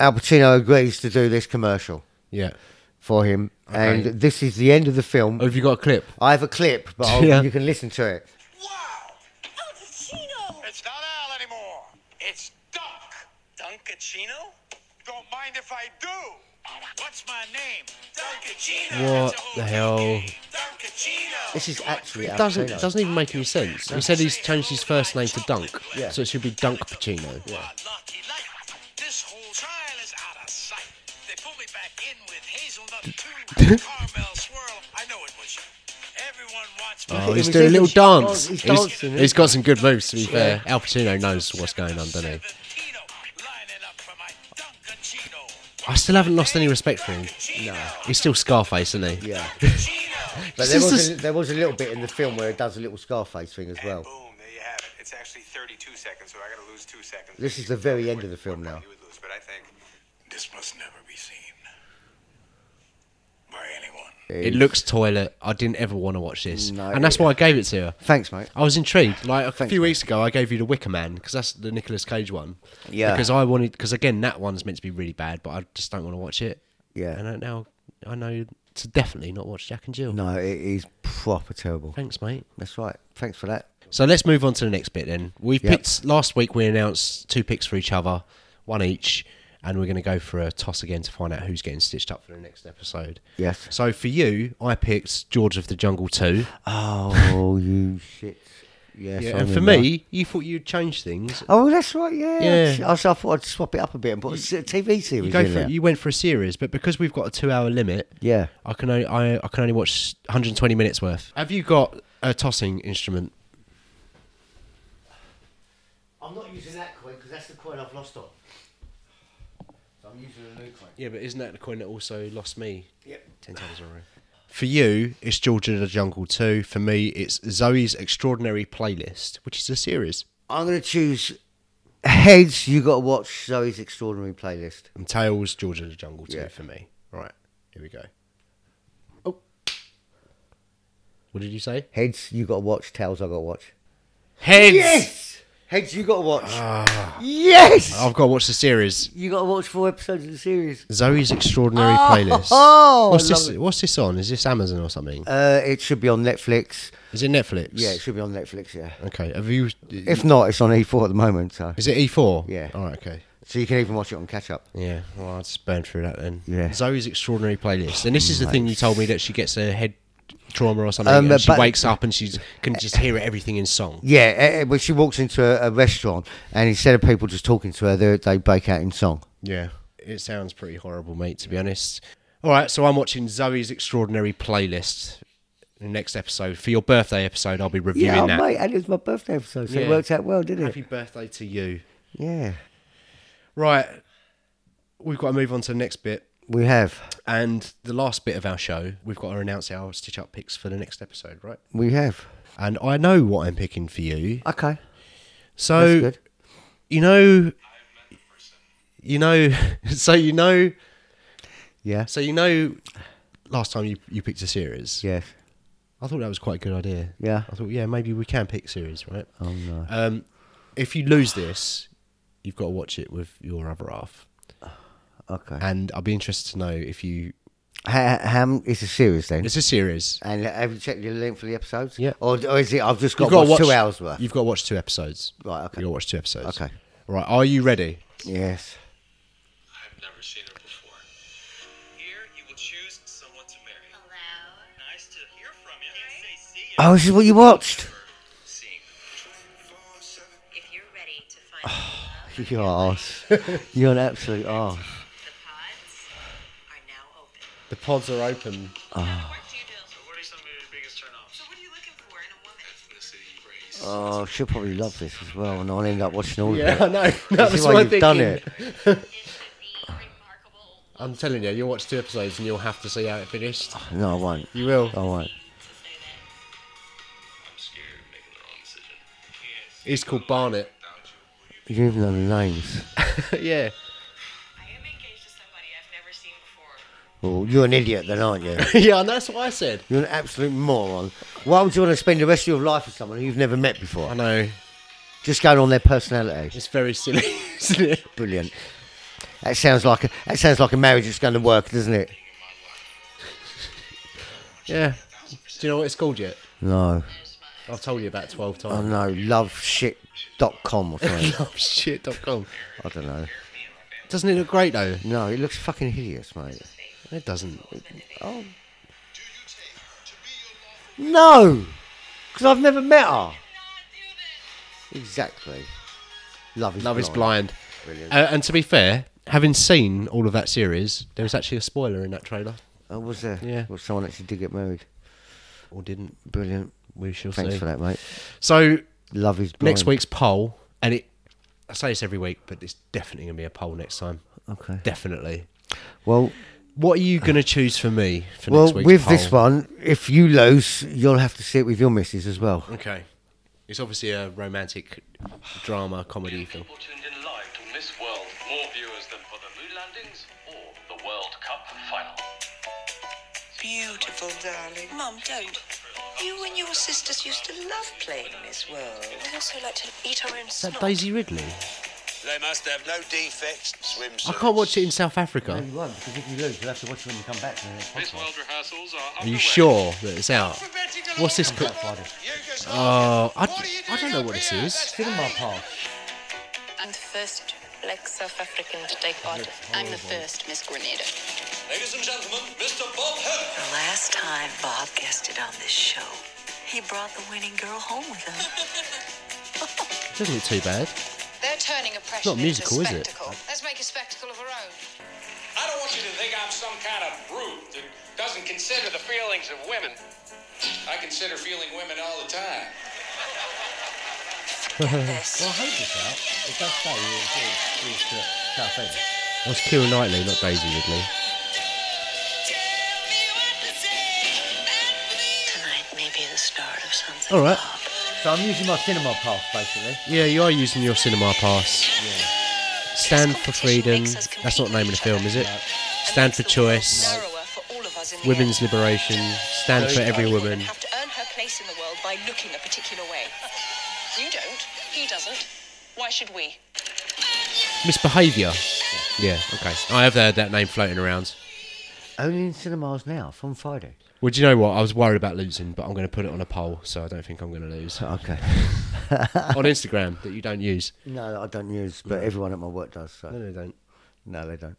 [SPEAKER 3] Al Pacino agrees to do this commercial.
[SPEAKER 1] Yeah.
[SPEAKER 3] for him.
[SPEAKER 1] Okay.
[SPEAKER 3] And this is the end of the film.
[SPEAKER 1] Oh, have you got a clip?
[SPEAKER 3] I have a clip, but I'll,
[SPEAKER 1] Yeah.
[SPEAKER 3] you can listen to it.
[SPEAKER 4] Wow! Al Pacino!
[SPEAKER 5] It's not Al anymore. It's Dunk.
[SPEAKER 4] Dunkachino?
[SPEAKER 5] Don't mind if I do. What's my name?
[SPEAKER 4] Dunkachino!
[SPEAKER 1] What the hell?
[SPEAKER 4] Dunkachino!
[SPEAKER 3] This is actually Al
[SPEAKER 1] Doesn't
[SPEAKER 3] Pacino.
[SPEAKER 1] doesn't even make any sense. He said he's changed his first name to Dunk,
[SPEAKER 3] Yeah.
[SPEAKER 1] so it should be Dunk Pacino.
[SPEAKER 5] Lucky light. This whole trial is out of sight. They put me back in with hazelnut too, caramel swirl. I know it was you. Everyone wants me.
[SPEAKER 1] Oh,
[SPEAKER 3] It
[SPEAKER 1] he's
[SPEAKER 3] was
[SPEAKER 1] doing a
[SPEAKER 3] even-
[SPEAKER 1] little dance.
[SPEAKER 3] he's
[SPEAKER 1] He's,
[SPEAKER 3] dancing, isn't
[SPEAKER 1] he's got some good moves, to be fair. Al Pacino knows what's going on, doesn't he?
[SPEAKER 5] Seventino, lining up for my Dunkachino.
[SPEAKER 1] I still haven't lost any respect for him.
[SPEAKER 5] No.
[SPEAKER 1] He's still Scarface, isn't he?
[SPEAKER 3] Yeah.
[SPEAKER 5] Dunkachino.
[SPEAKER 3] But there was, a, there was a little bit in the film where it does a little Scarface thing as well.
[SPEAKER 6] Boom, there you have it. It's actually 32 seconds, so I gotta lose two seconds.
[SPEAKER 3] This is the very end of the film now.
[SPEAKER 6] You would lose, but I think
[SPEAKER 5] This must never be seen by anyone.
[SPEAKER 1] It looks toilet. I didn't ever want to watch this,
[SPEAKER 3] No.
[SPEAKER 1] and that's why I gave it to her.
[SPEAKER 3] Thanks, mate.
[SPEAKER 1] I was intrigued. Like a
[SPEAKER 3] Thanks,
[SPEAKER 1] few
[SPEAKER 3] mate.
[SPEAKER 1] weeks ago, I gave you the Wicker Man because that's the Nicolas Cage one.
[SPEAKER 3] Yeah.
[SPEAKER 1] Because I wanted because again that one's meant to be really bad, but I just don't want to watch it.
[SPEAKER 3] Yeah.
[SPEAKER 1] And I, now I know to definitely not watch Jack and Jill.
[SPEAKER 3] No, it is proper terrible.
[SPEAKER 1] Thanks, mate.
[SPEAKER 3] That's right. Thanks for that.
[SPEAKER 1] So let's move on to the next bit then. We
[SPEAKER 3] Yep.
[SPEAKER 1] picked last week. We announced two picks for each other, one each, and we're going to go for a toss again to find out who's getting stitched up for the next episode.
[SPEAKER 3] Yes.
[SPEAKER 1] So for you, I picked George of the Jungle Two.
[SPEAKER 3] Oh, you shit. Yes.
[SPEAKER 1] yeah,
[SPEAKER 3] I
[SPEAKER 1] and for
[SPEAKER 3] remember.
[SPEAKER 1] me, you thought you'd change things.
[SPEAKER 3] Oh, that's right. Yeah.
[SPEAKER 1] Yeah.
[SPEAKER 3] I, was- I thought I'd swap it up a bit and put a s- TV series
[SPEAKER 1] You go
[SPEAKER 3] in
[SPEAKER 1] for
[SPEAKER 3] there.
[SPEAKER 1] you went for a series, but because we've got a two-hour limit,
[SPEAKER 3] Yeah.
[SPEAKER 1] I can only I, I can only watch 120 minutes worth. Have you got a tossing instrument?
[SPEAKER 3] I'm not using that coin because that's the coin I've lost on. So I'm using a new coin.
[SPEAKER 1] Yeah, but isn't that the coin that also lost me?
[SPEAKER 3] Yep.
[SPEAKER 1] Ten times in a row. For you, it's George of the Jungle 2. For me, it's Zoe's Extraordinary Playlist, which is a series.
[SPEAKER 3] I'm going to choose heads. You got to watch Zoe's extraordinary playlist.
[SPEAKER 1] And Tails, George of the Jungle 2
[SPEAKER 3] Yeah.
[SPEAKER 1] for me. Right, here we go. Oh. What did you say?
[SPEAKER 3] Heads. You got to watch. Tails. I got to watch.
[SPEAKER 1] Heads! Ah.
[SPEAKER 3] Yes. Heads. You got to watch. yes.
[SPEAKER 1] I've got to watch the series.
[SPEAKER 3] you got to watch four episodes of the series.
[SPEAKER 1] Zoe's Extraordinary Playlist.
[SPEAKER 3] oh, I
[SPEAKER 1] what's
[SPEAKER 3] love
[SPEAKER 1] this?
[SPEAKER 3] it.
[SPEAKER 1] What's this on? Is this Amazon or something?
[SPEAKER 3] Uh, it should be on Netflix.
[SPEAKER 1] Is it Netflix?
[SPEAKER 3] Yeah, it should be on Netflix. Yeah.
[SPEAKER 1] Okay. Have you?
[SPEAKER 3] If not, it's on E4 at the moment. So,
[SPEAKER 1] Is it E4?
[SPEAKER 3] Yeah.
[SPEAKER 1] All right. Okay.
[SPEAKER 3] so you can even watch it on catch up.
[SPEAKER 1] Yeah. Well, I'll just burn through that then.
[SPEAKER 3] Yeah.
[SPEAKER 1] Zoe's extraordinary playlist, and this is the thing you told me that she gets a head trauma or something,
[SPEAKER 3] Um,
[SPEAKER 1] and she
[SPEAKER 3] but-
[SPEAKER 1] wakes up and she can just hear everything in song.
[SPEAKER 3] Yeah, uh, uh, when she walks into a, a restaurant and instead of people just talking to her, they they break out in song.
[SPEAKER 1] Yeah. It sounds pretty horrible, mate. To be honest. All right. So I'm watching Zoe's extraordinary playlist. in The next episode for your birthday episode, I'll be reviewing
[SPEAKER 3] Yeah, oh,
[SPEAKER 1] that.
[SPEAKER 3] mate, and it was my birthday episode, so
[SPEAKER 1] Yeah.
[SPEAKER 3] it worked out well, didn't it?
[SPEAKER 1] Happy birthday to you.
[SPEAKER 3] Yeah,
[SPEAKER 1] Right. We've got to move on to the next bit.
[SPEAKER 3] we have,
[SPEAKER 1] And the last bit of our show, we've got to announce our stitch up picks for the next episode, right?
[SPEAKER 3] we have.
[SPEAKER 1] And I know what I'm picking for you.
[SPEAKER 3] Okay, that's
[SPEAKER 1] So
[SPEAKER 3] good.
[SPEAKER 1] you know, you know, so you know,
[SPEAKER 3] Yeah,
[SPEAKER 1] so you know. Last time you, you picked a series,
[SPEAKER 3] yes,
[SPEAKER 1] I thought that was quite a good idea.
[SPEAKER 3] Yeah.
[SPEAKER 1] I thought yeah maybe we can pick series, right?
[SPEAKER 3] oh no,
[SPEAKER 1] Um, if you lose this, you've got to watch it with your other half,
[SPEAKER 3] okay.
[SPEAKER 1] and I'll be interested to know if you.
[SPEAKER 3] How, how is a series then?
[SPEAKER 1] It's a series.
[SPEAKER 3] And have you checked the length of the episodes?
[SPEAKER 1] Yeah.
[SPEAKER 3] or, or is it? I've just got,
[SPEAKER 1] You've gotta
[SPEAKER 3] watch two hours worth.
[SPEAKER 1] You've got to watch two episodes.
[SPEAKER 3] Right, okay.
[SPEAKER 1] You've got to watch two episodes.
[SPEAKER 3] Okay.
[SPEAKER 1] Right. Are you ready?
[SPEAKER 3] Yes.
[SPEAKER 7] I've never seen her before. Here, you will choose someone to marry. Hello. Nice to hear from you. Can't say see you.
[SPEAKER 3] Oh, this is what you watched.
[SPEAKER 7] Seeing
[SPEAKER 8] If you're ready to find love,
[SPEAKER 3] You're arse. You're an absolute arse.
[SPEAKER 8] the pods are now open.
[SPEAKER 1] The pods are open.
[SPEAKER 8] What do you do?
[SPEAKER 7] So what are some of your biggest turnoffs?
[SPEAKER 8] So what are you looking for in a woman?
[SPEAKER 7] Ethnicity, race.
[SPEAKER 3] Oh, she'll probably love this as well, and I'll end up watching all
[SPEAKER 1] Yeah,
[SPEAKER 3] of it.
[SPEAKER 1] I know. That
[SPEAKER 3] This
[SPEAKER 1] was
[SPEAKER 3] is why
[SPEAKER 1] my
[SPEAKER 3] you've done it.
[SPEAKER 8] It should be remarkable.
[SPEAKER 1] I'm telling you, you'll watch two episodes and you'll have to see how it finished.
[SPEAKER 3] No, I won't.
[SPEAKER 1] You will.
[SPEAKER 3] I won't.
[SPEAKER 8] to say that.
[SPEAKER 7] I'm scared of making the wrong decision. Yes.
[SPEAKER 1] It's called Barnet.
[SPEAKER 7] Without you, will you
[SPEAKER 3] You don't even know the names.
[SPEAKER 1] yeah.
[SPEAKER 8] I am engaged to somebody I've never seen before.
[SPEAKER 3] Well, Oh, you're an idiot then, aren't you?
[SPEAKER 1] yeah, and that's what I said.
[SPEAKER 3] You're an absolute moron. Why would you want to spend the rest of your life with someone who you've never met
[SPEAKER 1] I
[SPEAKER 3] before?
[SPEAKER 1] know.
[SPEAKER 3] Just going on their personality.
[SPEAKER 1] It's very silly, isn't it?
[SPEAKER 3] Brilliant. That sounds like a, that sounds like a marriage that's going to work, doesn't it?
[SPEAKER 1] Yeah. Do you know what it's called yet?
[SPEAKER 3] No.
[SPEAKER 1] I've told you about 12
[SPEAKER 3] I
[SPEAKER 1] times.
[SPEAKER 3] know. Loveshit.com or something.
[SPEAKER 1] Oh, shit.com.
[SPEAKER 3] I don't know.
[SPEAKER 1] Doesn't it look great though?
[SPEAKER 3] No, it looks fucking hideous, mate.
[SPEAKER 1] It doesn't.
[SPEAKER 3] Oh. No! Because I've never met her. Exactly. Love is
[SPEAKER 1] Love is
[SPEAKER 3] blind.
[SPEAKER 1] blind. Uh, and to be fair, having seen all of that series, there was actually a spoiler in that trailer.
[SPEAKER 3] Oh, was there?
[SPEAKER 1] Yeah.
[SPEAKER 3] Well, someone actually did get married.
[SPEAKER 1] Or didn't.
[SPEAKER 3] Brilliant.
[SPEAKER 1] We shall
[SPEAKER 3] Thanks
[SPEAKER 1] see.
[SPEAKER 3] for that, mate.
[SPEAKER 1] So
[SPEAKER 3] Love is blind.
[SPEAKER 1] next week's poll, and it I say this every week, but it's definitely gonna be a poll next time.
[SPEAKER 3] Okay.
[SPEAKER 1] Definitely.
[SPEAKER 3] Well,
[SPEAKER 1] What are you gonna choose for me for
[SPEAKER 3] well,
[SPEAKER 1] next week's
[SPEAKER 3] with this
[SPEAKER 1] poll?
[SPEAKER 3] one, if you lose, you'll have to sit with your missus as well.
[SPEAKER 1] Okay. It's obviously a romantic drama comedy film.
[SPEAKER 7] People tuned in live to Miss World. More viewers than for the moon landings or the World Cup final. So
[SPEAKER 9] beautiful, darling. Mum, don't. You and your sisters used to love playing this world.
[SPEAKER 10] We also like to eat our own
[SPEAKER 1] Is that
[SPEAKER 10] snot.
[SPEAKER 1] Daisy Ridley?
[SPEAKER 5] They must have no defects. Swimsuits.
[SPEAKER 1] I can't watch it in South Africa.
[SPEAKER 3] you won't, because if you lose, you'll have to watch it when you come back.
[SPEAKER 7] Miss World rehearsals are
[SPEAKER 1] Are
[SPEAKER 7] underway.
[SPEAKER 1] you sure that it's out? What's this cook? Oh, I, I don't know what this is.
[SPEAKER 3] Cinema Park.
[SPEAKER 10] I'm the first black South African to take part. I'm the first Miss Grenada.
[SPEAKER 7] Ladies and gentlemen, Mr. Bob Hope.
[SPEAKER 9] The last time Bob guested on this show, he brought the winning girl home with him.
[SPEAKER 1] Doesn't look too bad.
[SPEAKER 10] They're turning oppression
[SPEAKER 1] Not musical, is
[SPEAKER 10] into a
[SPEAKER 1] it?
[SPEAKER 10] spectacle. Let's make a spectacle of our own.
[SPEAKER 7] I don't want you to think I'm some kind of brute that doesn't consider the feelings of women. I consider feeling women all the time.
[SPEAKER 3] Well, I hope it's out. It does say it's, it's, it's uh, South End.
[SPEAKER 1] That's Kira Knightley, not Daisy Ridley.
[SPEAKER 9] Tonight may be the start of something.
[SPEAKER 1] All right.
[SPEAKER 3] So I'm using my cinema pass basically.
[SPEAKER 1] Yeah, you are using your cinema pass. Stand for freedom.
[SPEAKER 10] Makes us compete
[SPEAKER 1] That's not the name of the film,
[SPEAKER 10] with each
[SPEAKER 1] is it?
[SPEAKER 3] No.
[SPEAKER 1] Stand for
[SPEAKER 10] Makes the world
[SPEAKER 1] choice.
[SPEAKER 10] narrower for all of us in the
[SPEAKER 1] Women's
[SPEAKER 10] end.
[SPEAKER 1] liberation. Stand for every
[SPEAKER 10] Every
[SPEAKER 1] woman.
[SPEAKER 10] woman have to earn her place in the world by looking a particular way. You don't. He doesn't. Why should we?
[SPEAKER 1] Misbehaviour. Yeah. Okay. I have heard that name floating around.
[SPEAKER 3] Only in cinemas now from Friday.
[SPEAKER 1] Well, do you know what? I was worried about losing, but I'm going to put it on a poll, so I don't think I'm going to lose
[SPEAKER 3] Okay.
[SPEAKER 1] on Instagram that you don't use.
[SPEAKER 3] No, I don't use, but everyone at my work does. So.
[SPEAKER 1] No, no, don't.
[SPEAKER 3] No, they don't.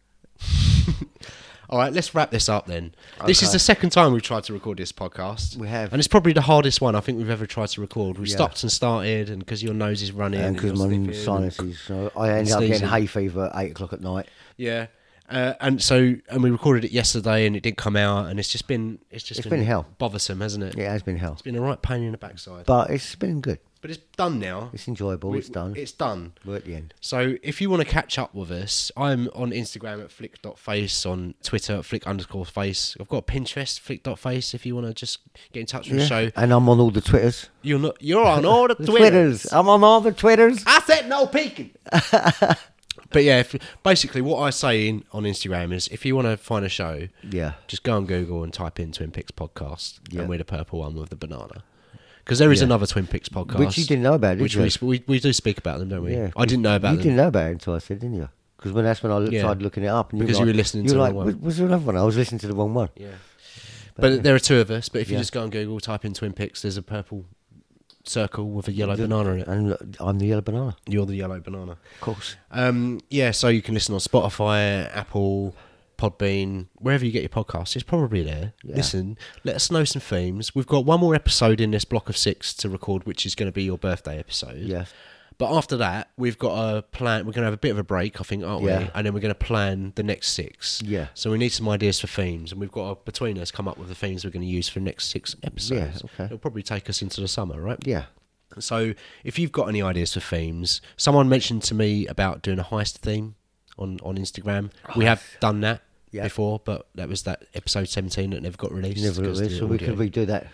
[SPEAKER 1] All right, let's wrap this up then. This is
[SPEAKER 3] Okay.
[SPEAKER 1] the second time we've tried to record this podcast.
[SPEAKER 3] We have.
[SPEAKER 1] and it's probably the hardest one I think we've ever tried to record. We
[SPEAKER 3] Yeah.
[SPEAKER 1] stopped and started, and because your nose is running,
[SPEAKER 3] And because
[SPEAKER 1] you're
[SPEAKER 3] my
[SPEAKER 1] sniffing and-
[SPEAKER 3] sinuses, so I ended up
[SPEAKER 1] sneezing.
[SPEAKER 3] getting hay fever at eight o'clock at night.
[SPEAKER 1] Yeah. Uh, and so, and we recorded it yesterday, and it didn't come out, and it's just been, it's just
[SPEAKER 3] It's been hell.
[SPEAKER 1] bothersome, hasn't it?
[SPEAKER 3] Yeah, it has been hell,
[SPEAKER 1] it's been a right pain in the backside. But,
[SPEAKER 3] but it's been good.
[SPEAKER 1] it's done now.
[SPEAKER 3] It's enjoyable.
[SPEAKER 1] We-
[SPEAKER 3] it's done.
[SPEAKER 1] It's done.
[SPEAKER 3] We're at the end.
[SPEAKER 1] So if you want to catch up with us, I'm on Instagram at flick.face, on Twitter at flick underscore face. I've got Pinterest, flick.face, if you want to just get in touch with the show.
[SPEAKER 3] And I'm on all the twitters.
[SPEAKER 1] You're not, you're on all the
[SPEAKER 3] The Oh.
[SPEAKER 1] Twitters.
[SPEAKER 3] I'm on all the twitters.
[SPEAKER 1] I said no peeking. but yeah, if, basically what I say in, on Instagram is if you want to find a show,
[SPEAKER 3] Yeah.
[SPEAKER 1] just go on Google and type in Twin Peaks podcast,
[SPEAKER 3] Yeah.
[SPEAKER 1] and we're the purple one with the banana. Because there is
[SPEAKER 3] Yeah.
[SPEAKER 1] another Twin Peaks podcast,
[SPEAKER 3] Which you didn't know about, did
[SPEAKER 1] which
[SPEAKER 3] you?
[SPEAKER 1] we, sp- we we do speak about them, don't we?
[SPEAKER 3] Yeah,
[SPEAKER 1] I didn't know about
[SPEAKER 3] you
[SPEAKER 1] them.
[SPEAKER 3] didn't know about it until I said, didn't you? Because when that's when I looked,
[SPEAKER 1] Yeah.
[SPEAKER 3] tried looking it up, and
[SPEAKER 1] Because
[SPEAKER 3] were
[SPEAKER 1] you
[SPEAKER 3] like-
[SPEAKER 1] were listening
[SPEAKER 3] you
[SPEAKER 1] to
[SPEAKER 3] were
[SPEAKER 1] the
[SPEAKER 3] like,
[SPEAKER 1] wrong
[SPEAKER 3] "Was-
[SPEAKER 1] one."
[SPEAKER 3] Was there another one? I was listening to the wrong one.
[SPEAKER 1] Yeah. But there are two of us. But if you just go on Google, type in Twin Peaks, there's a purple circle with a yellow banana in it.
[SPEAKER 3] And look, I'm the yellow banana,
[SPEAKER 1] You're the yellow banana.
[SPEAKER 3] of course.
[SPEAKER 1] Um, yeah, so you can listen on Spotify, Apple, Podbean, wherever you get your podcasts. It's probably there. Listen, let us know some themes. We've got one more episode in this block of six to record, which is going to be your birthday episode.
[SPEAKER 3] Yes.
[SPEAKER 1] But after that, we've got a plan. We're going to have a bit of a break, I think, aren't we?
[SPEAKER 3] Yeah.
[SPEAKER 1] And then we're going to plan the next six.
[SPEAKER 3] Yeah.
[SPEAKER 1] So we need some ideas for themes, and we've got to, between us come up with the themes we're going to use for the next six episodes.
[SPEAKER 3] okay.
[SPEAKER 1] It'll probably take us into the summer, right?
[SPEAKER 3] Yeah.
[SPEAKER 1] So if you've got any ideas for themes, someone mentioned to me about doing a heist theme on, on Instagram. We have done that
[SPEAKER 3] Oh. Yeah.
[SPEAKER 1] before, but that was that episode 17 that never got released.
[SPEAKER 3] Never
[SPEAKER 1] because
[SPEAKER 3] really.
[SPEAKER 1] the
[SPEAKER 3] So we
[SPEAKER 1] audio-
[SPEAKER 3] could redo that.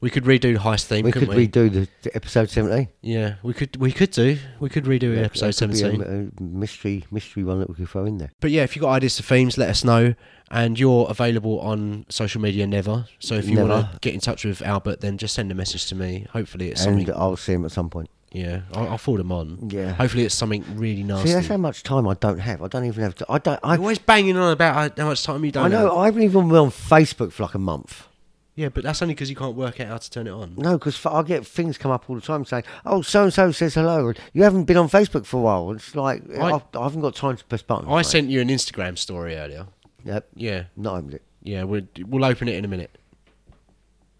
[SPEAKER 1] we could redo the heist theme,
[SPEAKER 3] We
[SPEAKER 1] couldn't
[SPEAKER 3] could
[SPEAKER 1] we?
[SPEAKER 3] redo the, the episode 17.
[SPEAKER 1] yeah, we could we could do. We could redo episode
[SPEAKER 3] That could be a-
[SPEAKER 1] 17.
[SPEAKER 3] a mystery, mystery one that we could throw in there.
[SPEAKER 1] But yeah, if you've got ideas for themes, let us know. And you're available on social media never. So if you
[SPEAKER 3] Never.
[SPEAKER 1] want to get in touch with Albert, then just send a message to me. Hopefully it's
[SPEAKER 3] And
[SPEAKER 1] something.
[SPEAKER 3] I'll see him at some point.
[SPEAKER 1] yeah, I'll, I'll forward them on.
[SPEAKER 3] Yeah.
[SPEAKER 1] Hopefully it's something really nasty.
[SPEAKER 3] See, that's how much time I don't have. I don't even have. To, I don't. I,
[SPEAKER 1] You're always banging on about how much time you don't.
[SPEAKER 3] I know.
[SPEAKER 1] Have.
[SPEAKER 3] I haven't even been on Facebook for like a month.
[SPEAKER 1] Yeah, but that's only because you can't work out how to turn it on.
[SPEAKER 3] No, because I get things come up all the time saying, "Oh, so and so says hello." and You haven't been on Facebook for a while. It's like
[SPEAKER 1] I-
[SPEAKER 3] I, I, haven't got time to press buttons.
[SPEAKER 1] I
[SPEAKER 3] mate.
[SPEAKER 1] sent you an Instagram story earlier.
[SPEAKER 3] Yep.
[SPEAKER 1] Yeah,
[SPEAKER 3] Not even it.
[SPEAKER 1] yeah. We'll we'll open it in a minute.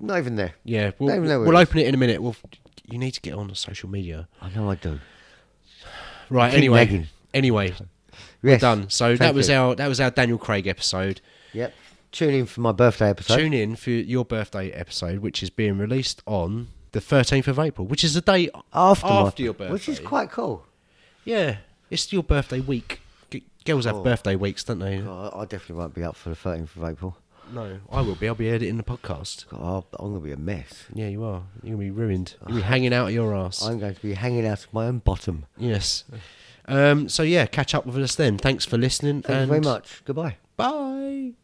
[SPEAKER 3] Not even there.
[SPEAKER 1] Yeah,
[SPEAKER 3] Don't
[SPEAKER 1] we'll,
[SPEAKER 3] even know where
[SPEAKER 1] we'll
[SPEAKER 3] it is.
[SPEAKER 1] open it in a minute. We'll. You need to get on social media.
[SPEAKER 3] I know I do.
[SPEAKER 1] Right.
[SPEAKER 3] Keep
[SPEAKER 1] Anyway.
[SPEAKER 3] nagging.
[SPEAKER 1] Anyway,
[SPEAKER 3] Yes.
[SPEAKER 1] done. So that
[SPEAKER 3] Thank
[SPEAKER 1] was
[SPEAKER 3] you.
[SPEAKER 1] our that was our Daniel Craig episode.
[SPEAKER 3] Yep. Tune in for my birthday episode.
[SPEAKER 1] Tune in for your birthday episode, which is being released on the thirteenth of April, which is the day
[SPEAKER 3] after, my-
[SPEAKER 1] after your birthday,
[SPEAKER 3] which is quite cool.
[SPEAKER 1] yeah. It's your birthday week. G- Girls
[SPEAKER 3] Oh.
[SPEAKER 1] have birthday weeks, don't they?
[SPEAKER 3] I, I definitely won't be up for the 13th of April.
[SPEAKER 1] No, I will be. I'll be editing the podcast.
[SPEAKER 3] God, I'll, I'm going to be a mess.
[SPEAKER 1] Yeah, you are. You're gonna be ruined. You'll be hanging out of your ass.
[SPEAKER 3] I'm going to be hanging out of my own bottom.
[SPEAKER 1] Yes. Um, so yeah, catch up with us then. Thanks for listening.
[SPEAKER 3] Thank
[SPEAKER 1] and
[SPEAKER 3] you very much. Goodbye.
[SPEAKER 1] Bye.